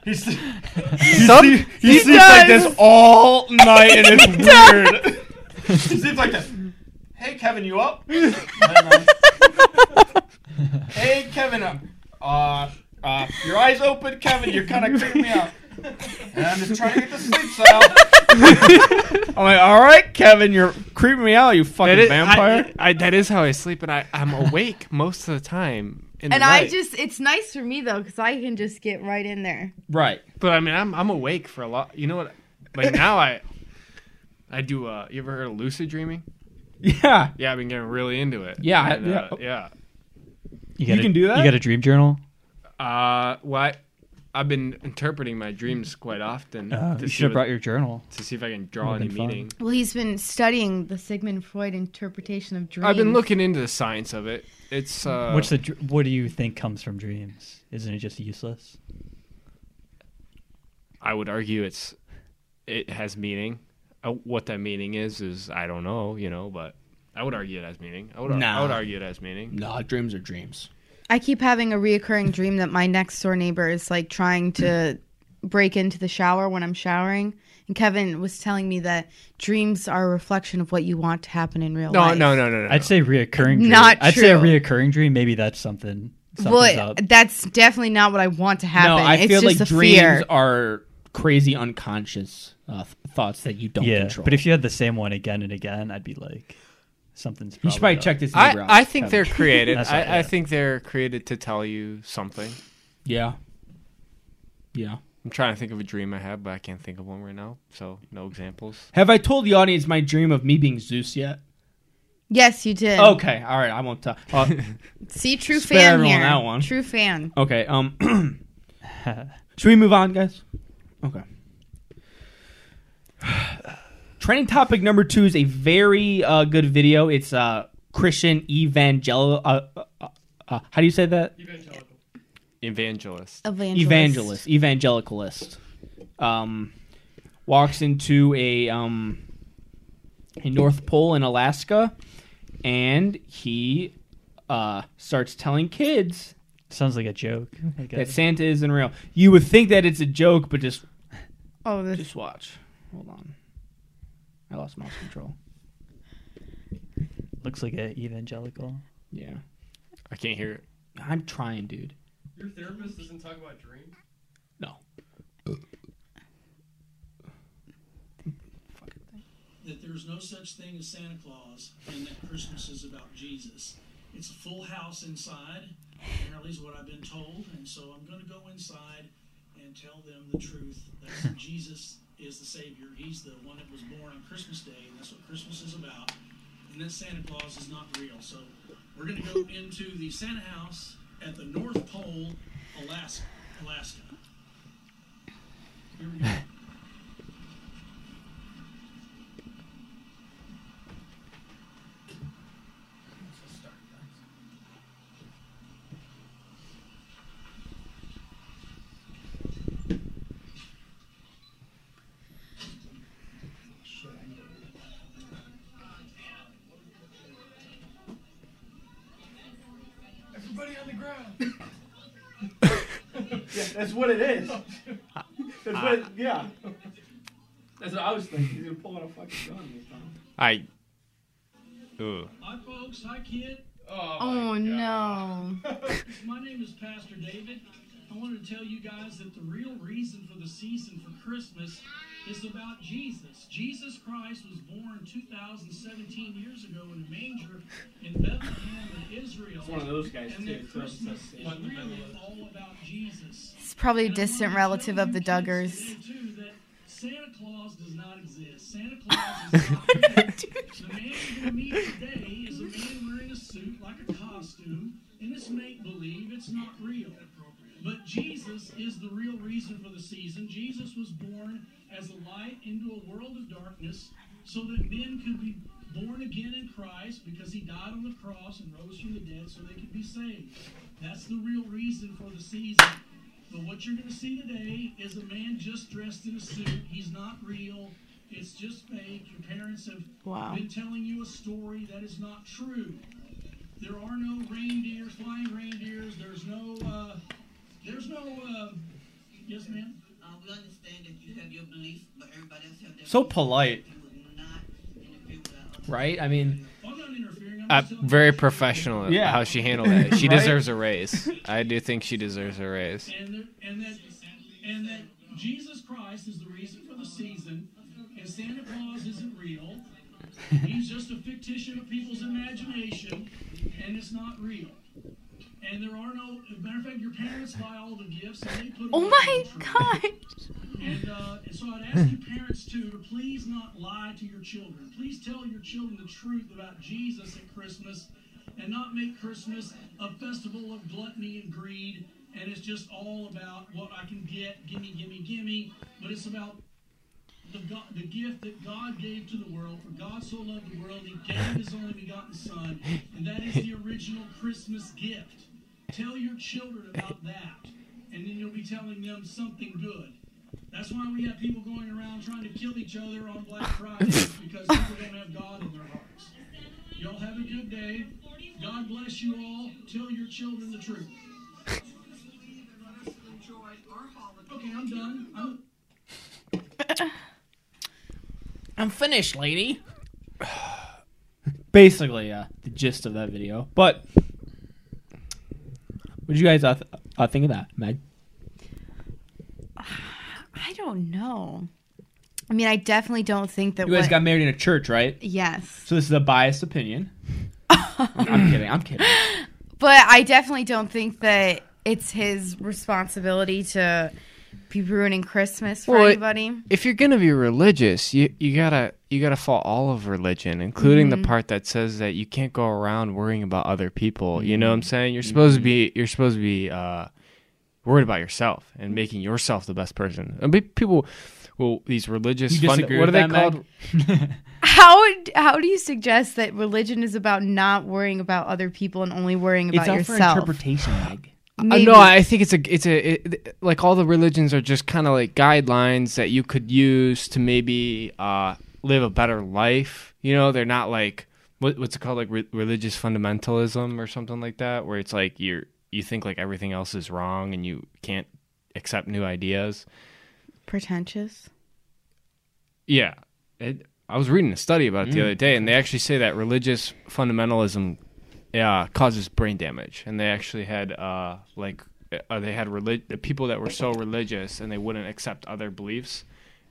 Speaker 1: He's, he sleep- he
Speaker 3: he
Speaker 1: sleeps like
Speaker 3: does.
Speaker 1: this all night and it's weird. he sleeps like this. Hey Kevin, you up? hey Kevin, up. Uh, uh, your eyes open, Kevin. You're kind of creeping me out. And I'm just trying to get the sleep out. I'm like, all right, Kevin, you're creeping me out, you fucking
Speaker 4: That is,
Speaker 1: vampire.
Speaker 4: I, I, that is how I sleep, and I, I'm awake most of the time. In
Speaker 3: And
Speaker 4: the
Speaker 3: I
Speaker 4: night.
Speaker 3: just it's nice for me though cuz I can just get right in there.
Speaker 1: right.
Speaker 4: But I mean, I'm I'm awake for a lot. You know what? Like now, I I do. Uh, you ever heard of lucid dreaming?
Speaker 1: Yeah.
Speaker 4: Yeah, I've been getting really into it.
Speaker 1: Yeah, I-
Speaker 4: And, uh, yeah.
Speaker 2: You, got a-
Speaker 1: can do that?
Speaker 2: You got a dream journal?
Speaker 4: Uh, well, I, I've been interpreting my dreams quite often
Speaker 2: Uh,
Speaker 4: to,
Speaker 2: you
Speaker 4: see
Speaker 2: should have
Speaker 4: what-
Speaker 2: brought your journal.
Speaker 4: to see if I can draw
Speaker 2: Would've
Speaker 4: any
Speaker 2: been fun.
Speaker 4: meaning.
Speaker 3: Well, he's been studying the Sigmund Freud interpretation of dreams.
Speaker 4: I've been looking into the science of it. It's uh,
Speaker 2: What's the? dr- What do you think comes from dreams? Isn't it just useless?
Speaker 4: I would argue it's it has meaning. Uh, what that meaning is is I don't know, you know, but I would argue it has meaning. I would, ar- I
Speaker 1: Nah.
Speaker 4: would argue it has meaning.
Speaker 1: No, dreams are dreams.
Speaker 3: I keep having a reoccurring dream that my next door neighbor is like trying to break into the shower when I'm showering. And Kevin was telling me that dreams are a reflection of what you want to happen in real
Speaker 4: No,
Speaker 3: life.
Speaker 4: no, no, no, no.
Speaker 2: I'd say reoccurring. Dream.
Speaker 3: Not
Speaker 2: I'd say a
Speaker 3: true.
Speaker 2: reoccurring dream. Maybe that's something. Something's
Speaker 3: Well,
Speaker 2: up.
Speaker 3: that's definitely not what I want to
Speaker 1: No,
Speaker 3: happen.
Speaker 1: I
Speaker 3: it's
Speaker 1: feel
Speaker 3: just
Speaker 1: like
Speaker 3: a
Speaker 1: dreams
Speaker 3: fear.
Speaker 1: are crazy unconscious uh, th- thoughts that you don't
Speaker 2: yeah,
Speaker 1: control.
Speaker 2: but if you had the same one again and again, I'd be like, something's.
Speaker 1: you should probably
Speaker 2: up.
Speaker 1: check this. neighbor out,
Speaker 4: I, I think
Speaker 1: Kevin.
Speaker 4: they're created.
Speaker 2: That's
Speaker 4: I,
Speaker 2: right,
Speaker 4: I
Speaker 2: yeah.
Speaker 4: think they're created to tell you something.
Speaker 1: yeah, yeah.
Speaker 4: I'm trying to think of a dream I have, but I can't think of one right now. So no examples.
Speaker 1: Have I told the audience my dream of me being Zeus yet?
Speaker 3: yes, you did.
Speaker 1: Okay, all right, I won't tell. Uh,
Speaker 3: See, true
Speaker 1: Spare
Speaker 3: fan
Speaker 1: everyone
Speaker 3: here.
Speaker 1: that one.
Speaker 3: True fan.
Speaker 1: okay, um, should we move on, guys? Okay. Trending topic number two is a very uh, good video. It's uh, Christian evangel. Uh, uh, uh, uh, how do you say that?
Speaker 4: Evangelist.
Speaker 3: Evangelist.
Speaker 1: evangelist, evangelicalist, um, walks into a um, a North Pole in Alaska, and he uh, starts telling kids
Speaker 2: Sounds like a joke. I
Speaker 1: that
Speaker 2: guess.
Speaker 1: Santa isn't real. You would think that it's a joke, but just
Speaker 3: Oh, this,
Speaker 1: just watch. Hold on, I lost mouse control.
Speaker 2: Looks like an evangelical.
Speaker 1: Yeah,
Speaker 4: I can't hear it.
Speaker 1: I'm trying, dude.
Speaker 5: Your therapist doesn't talk about dreams?
Speaker 1: No,
Speaker 6: that there's no such thing as Santa Claus and that Christmas is about Jesus. It's a full house inside, apparently, is what I've been told, and so I'm going to go inside and tell them the truth that Jesus is the Savior. He's the one that was born on Christmas Day, and that's what Christmas is about, and that Santa Claus is not real. So we're going to go into the Santa house at the North Pole, Alaska. Alaska. Here we go.
Speaker 5: Everybody on the ground.
Speaker 1: that's what it is. That's what. yeah,
Speaker 5: That's what I was thinking. He's gonna pull out a fucking gun this time.
Speaker 4: I. Ugh.
Speaker 6: Hi, folks. Hi, kid.
Speaker 5: Oh,
Speaker 3: oh no.
Speaker 6: My name is Pastor David. I wanted to tell you guys that the real reason for the season for Christmas is about Jesus. Jesus Christ was born 2017 years ago in a manger in Bethlehem in Israel.
Speaker 5: It's one of those guys
Speaker 6: And
Speaker 5: too.
Speaker 6: that
Speaker 5: so it's
Speaker 6: Christmas
Speaker 5: just-
Speaker 6: is really all about Jesus.
Speaker 3: It's probably a
Speaker 6: And I wanted
Speaker 3: distant
Speaker 6: to
Speaker 3: relative
Speaker 6: tell
Speaker 3: of the
Speaker 6: you kids
Speaker 3: Duggars.
Speaker 6: today, too, that Santa Claus does not exist. Santa Claus is not real. The man you're gonna meet today is a man wearing a suit like a costume, and it's make believe, it's not real. But Jesus is the real reason for the season. Jesus was born as a light into a world of darkness so that men could be born again in Christ because he died on the cross and rose from the dead so they could be saved. That's the real reason for the season. But what you're going to see today is a man just dressed in a suit. He's not real. It's just fake. Your parents have
Speaker 3: Wow.
Speaker 6: been telling you a story that is not true. There are no reindeer, flying reindeers. There's no, uh, there's no, uh, yes, ma'am?
Speaker 7: Uh, we understand that you have your beliefs, but everybody else have their
Speaker 1: so
Speaker 7: beliefs.
Speaker 1: polite,
Speaker 7: You would not interfere with our own
Speaker 1: right? I mean,
Speaker 6: I'm not interfering. I'm
Speaker 4: Uh,
Speaker 6: just telling
Speaker 4: very
Speaker 6: you the truth.
Speaker 4: professional
Speaker 1: Yeah.
Speaker 4: how she handled that. She
Speaker 1: Right?
Speaker 4: deserves a raise. I do think she deserves a raise.
Speaker 6: And, there, and, that, and that Jesus Christ is the reason for the season, and Santa Claus isn't real. He's just a fictition of people's imagination, and it's not real. And there are no. As a matter of fact, your parents buy all the gifts, and they put.
Speaker 3: Oh
Speaker 6: away
Speaker 3: my
Speaker 6: the tree.
Speaker 3: god.
Speaker 6: And, uh, and so I'd ask you parents too to please not lie to your children. Please tell your children the truth about Jesus at Christmas and not make Christmas a festival of gluttony and greed and it's just all about what I can get, gimme, gimme, gimme. But it's about the, God, the gift that God gave to the world. For God so loved the world, He gave His only begotten Son, and that is the original Christmas gift. Tell your children about that, and then you'll be telling them something good. That's why we have people going around trying to kill each other on Black Friday because people don't have God in their hearts. Y'all have a good day. God bless you all. Tell your children the truth.
Speaker 7: joy or holiday.
Speaker 6: Okay, I'm done. I'm,
Speaker 1: I'm finished, lady. Basically, uh, the gist of that video. But what did you guys uh, th- uh, think of that, Meg?
Speaker 3: I don't know. I mean, I definitely don't think that
Speaker 1: You guys
Speaker 3: what-
Speaker 1: got married in a church, right?
Speaker 3: Yes.
Speaker 1: So this is a biased opinion. I'm kidding. I'm kidding.
Speaker 3: But I definitely don't think that it's his responsibility to be ruining Christmas for
Speaker 4: Well, it-
Speaker 3: anybody.
Speaker 4: If you're gonna be religious, you you gotta you gotta follow all of religion, including
Speaker 1: Mm-hmm.
Speaker 4: the part that says that you can't go around worrying about other people. You know what I'm
Speaker 1: Mm-hmm.
Speaker 4: saying? You're supposed to be you're supposed to be uh, worried about yourself and making yourself the best person. And be- people, well, these religious
Speaker 1: You
Speaker 4: fund-
Speaker 1: disagree
Speaker 4: what
Speaker 1: with
Speaker 4: are they
Speaker 1: that, Meg?
Speaker 4: called?
Speaker 3: How how do you suggest that religion is about not worrying about other people and only worrying
Speaker 1: it's
Speaker 3: about
Speaker 1: up for
Speaker 3: yourself?
Speaker 1: interpretation, Meg.
Speaker 4: Uh,
Speaker 3: Maybe.
Speaker 4: no, I think it's a it's a it, like all the religions are just kind of like guidelines that you could use to maybe uh, live a better life. You know, they're not like what, what's it called like re- religious fundamentalism or something like that, where it's like you're you think like everything else is wrong and you can't accept new ideas.
Speaker 3: Pretentious.
Speaker 4: Yeah. It, I was reading a study about it the other day, and they actually say that religious fundamentalism yeah, causes brain damage. And they actually had, uh, like, uh, they had relig- the people that were so religious and they wouldn't accept other beliefs.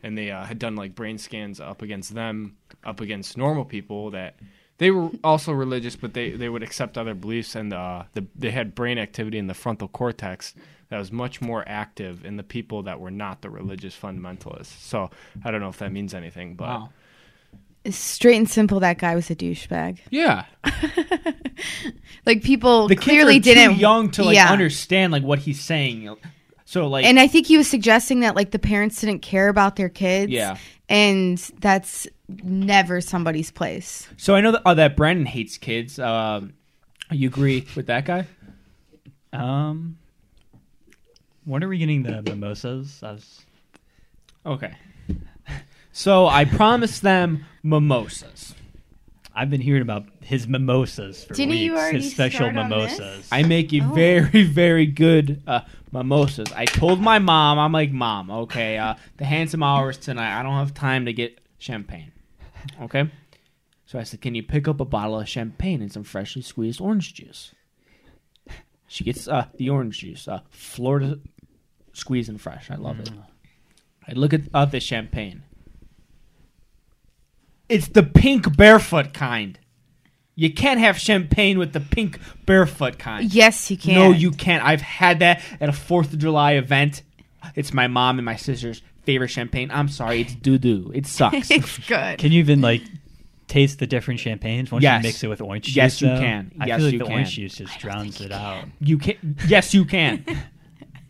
Speaker 4: And they uh, had done, like, brain scans up against them, up against normal people that they were also religious, but they, they would accept other beliefs. And uh, the, they had brain activity in the frontal cortex that was much more active in the people that were not the religious fundamentalists. So I don't know if that means anything, but.
Speaker 1: Wow.
Speaker 3: Straight and simple, that guy was a douchebag.
Speaker 1: Yeah.
Speaker 3: Like people
Speaker 1: The kids
Speaker 3: clearly
Speaker 1: are too
Speaker 3: didn't
Speaker 1: young to like
Speaker 3: Yeah.
Speaker 1: understand like what he's saying. So like
Speaker 3: And I think he was suggesting that like the parents didn't care about their kids.
Speaker 1: Yeah.
Speaker 3: And that's never somebody's place.
Speaker 1: so I know that, oh, that Brandon hates kids. Um, you agree with that guy?
Speaker 2: Um, when are we getting the mimosas? I was,
Speaker 1: Okay. So I promised them mimosas.
Speaker 2: I've been hearing about his mimosas for
Speaker 3: Didn't
Speaker 2: weeks.
Speaker 3: you already
Speaker 2: his special
Speaker 3: start on this?
Speaker 2: mimosas.
Speaker 1: I make a
Speaker 3: Oh.
Speaker 1: very, very good uh, mimosas. I told my mom, I'm like, Mom, okay, uh, the handsome hours tonight. I don't have time to get champagne. Okay? So I said, Can you pick up a bottle of champagne and some freshly squeezed orange juice? She gets uh, the orange juice, uh, Florida squeeze and fresh. I love it. I look at uh, the champagne. It's the pink barefoot kind. You can't have champagne with the pink barefoot kind.
Speaker 3: Yes, you can.
Speaker 1: No, you can't. I've had that at a Fourth of July event. It's my mom and my sister's favorite champagne. I'm sorry, it's doo doo. It sucks.
Speaker 3: It's good.
Speaker 2: Can you even like taste the different champagnes once
Speaker 1: Yes.
Speaker 2: you mix it with orange juice?
Speaker 1: Yes, you
Speaker 2: though?
Speaker 1: can.
Speaker 2: I
Speaker 1: Yes,
Speaker 2: feel like
Speaker 1: you
Speaker 2: the orange
Speaker 1: can.
Speaker 2: juice just drowns it out.
Speaker 1: you can Yes, you can.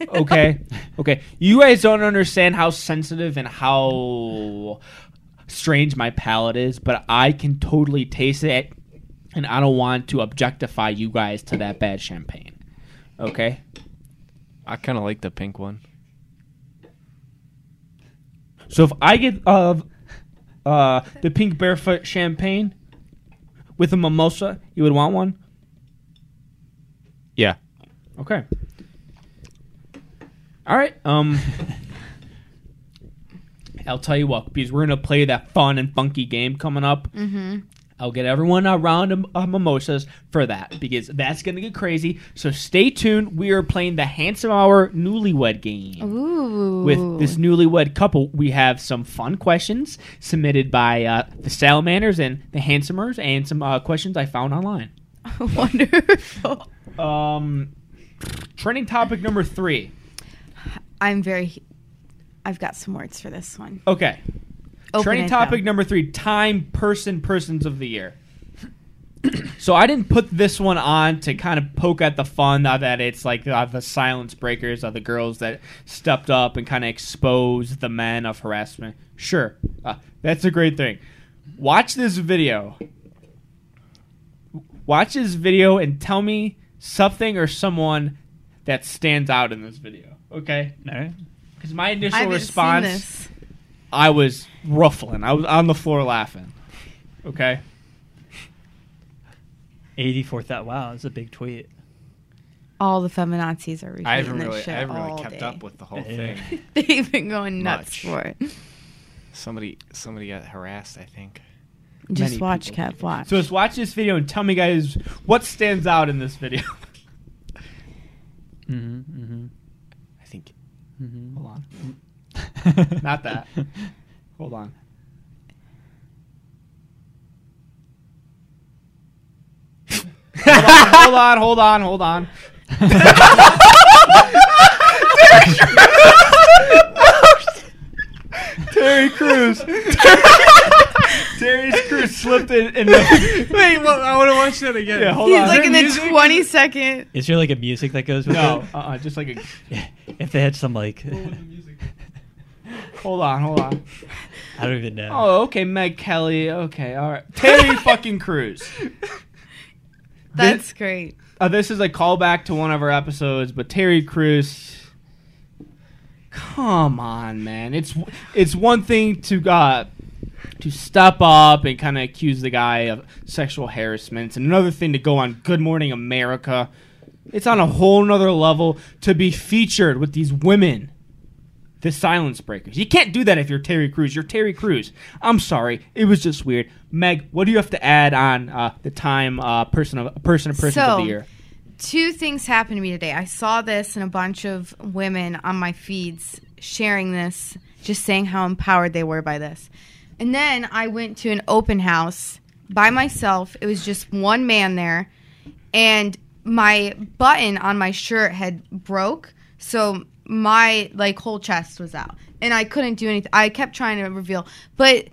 Speaker 1: Okay, okay. You guys don't understand how sensitive and how strange my palate is, but I can totally taste it, and I don't want to objectify you guys to that bad champagne. Okay.
Speaker 4: I kind of like the pink one.
Speaker 1: So if I get uh, uh, the pink barefoot champagne with a mimosa, you would want one?
Speaker 4: Yeah.
Speaker 1: Okay. All right. Um, I'll tell you what, because we're gonna play that fun and funky game coming up. Mm-hmm. I'll get everyone around a, a mimosas for that because that's gonna get crazy. So stay tuned. We are playing the handsome hour newlywed game
Speaker 3: Oh, Ooh.
Speaker 1: with this newlywed couple. We have some fun questions submitted by uh, the Salamanders and the Handsomers, and some uh, questions I found online.
Speaker 3: Wonderful.
Speaker 1: Um, trending topic number three.
Speaker 3: I'm very. I've got some words for this one.
Speaker 1: Okay,
Speaker 3: Open
Speaker 1: trending
Speaker 3: it,
Speaker 1: topic
Speaker 3: though.
Speaker 1: number three: time, person, persons of the year. so I didn't put this one on to kind of poke at the fun uh, that it's like uh, the silence breakers are the girls that stepped up and kind of exposed the men of harassment. Sure, uh, that's a great thing. Watch this video. Watch this video and tell me something or someone that stands out in this video. Okay,
Speaker 2: All right.
Speaker 1: because my
Speaker 3: I
Speaker 1: initial
Speaker 3: haven't
Speaker 1: response.
Speaker 3: seen this.
Speaker 1: I was ruffling. I was on the floor laughing. Okay.
Speaker 2: Eighty-four thousand. Wow, that's a big tweet.
Speaker 3: All the feminazis are retweeting
Speaker 4: I haven't
Speaker 3: this
Speaker 4: really, I
Speaker 3: shit
Speaker 4: haven't
Speaker 3: all
Speaker 4: really kept
Speaker 3: day.
Speaker 4: up with the whole
Speaker 2: Yeah.
Speaker 4: thing.
Speaker 3: They've been going nuts
Speaker 4: Much.
Speaker 3: for it.
Speaker 4: Somebody, somebody got harassed. I think.
Speaker 3: Just
Speaker 1: Many
Speaker 3: watch,
Speaker 1: people.
Speaker 3: Kev. Watch.
Speaker 1: So let's watch this video and tell me, guys, what stands out in this video.
Speaker 2: Mm-hmm, mm-hmm,
Speaker 4: I think.
Speaker 2: mm-hmm.
Speaker 1: Hold on. mm-hmm. Not that. Hold on. hold on, hold on, hold on, hold on. Terry Crews. Terry Crews slipped in. in the,
Speaker 4: Wait, well, I want to watch that again.
Speaker 1: yeah, hold
Speaker 3: He's
Speaker 1: on.
Speaker 3: like in the 20 second.
Speaker 2: Is there like a music that goes with
Speaker 1: no, uh-uh, just like a.
Speaker 2: it? If they had some like,
Speaker 1: Hold on, hold on.
Speaker 2: I don't even know.
Speaker 1: Oh, okay, Meg Kelly. Okay, all right. Terry fucking Crews.
Speaker 3: That's great.
Speaker 1: Uh, this is a callback to one of our episodes, but Terry Crews. Come on, man. It's it's one thing to uh, to step up and kind of accuse the guy of sexual harassment. It's another thing to go on Good Morning America It's on a whole nother level to be featured with these women, the silence breakers. You can't do that if you're Terry Crews. You're Terry Crews. I'm sorry, it was just weird. Meg, what do you have to add on uh, the time uh, person of person of person of
Speaker 3: So-
Speaker 1: the year?
Speaker 3: two things happened to me today. I saw this and a bunch of women on my feeds sharing this, just saying how empowered they were by this. And then I went to an open house by myself. It was just one man there, and my button on my shirt had broke, so my like whole chest was out, and I couldn't do anything. I kept trying to reveal, but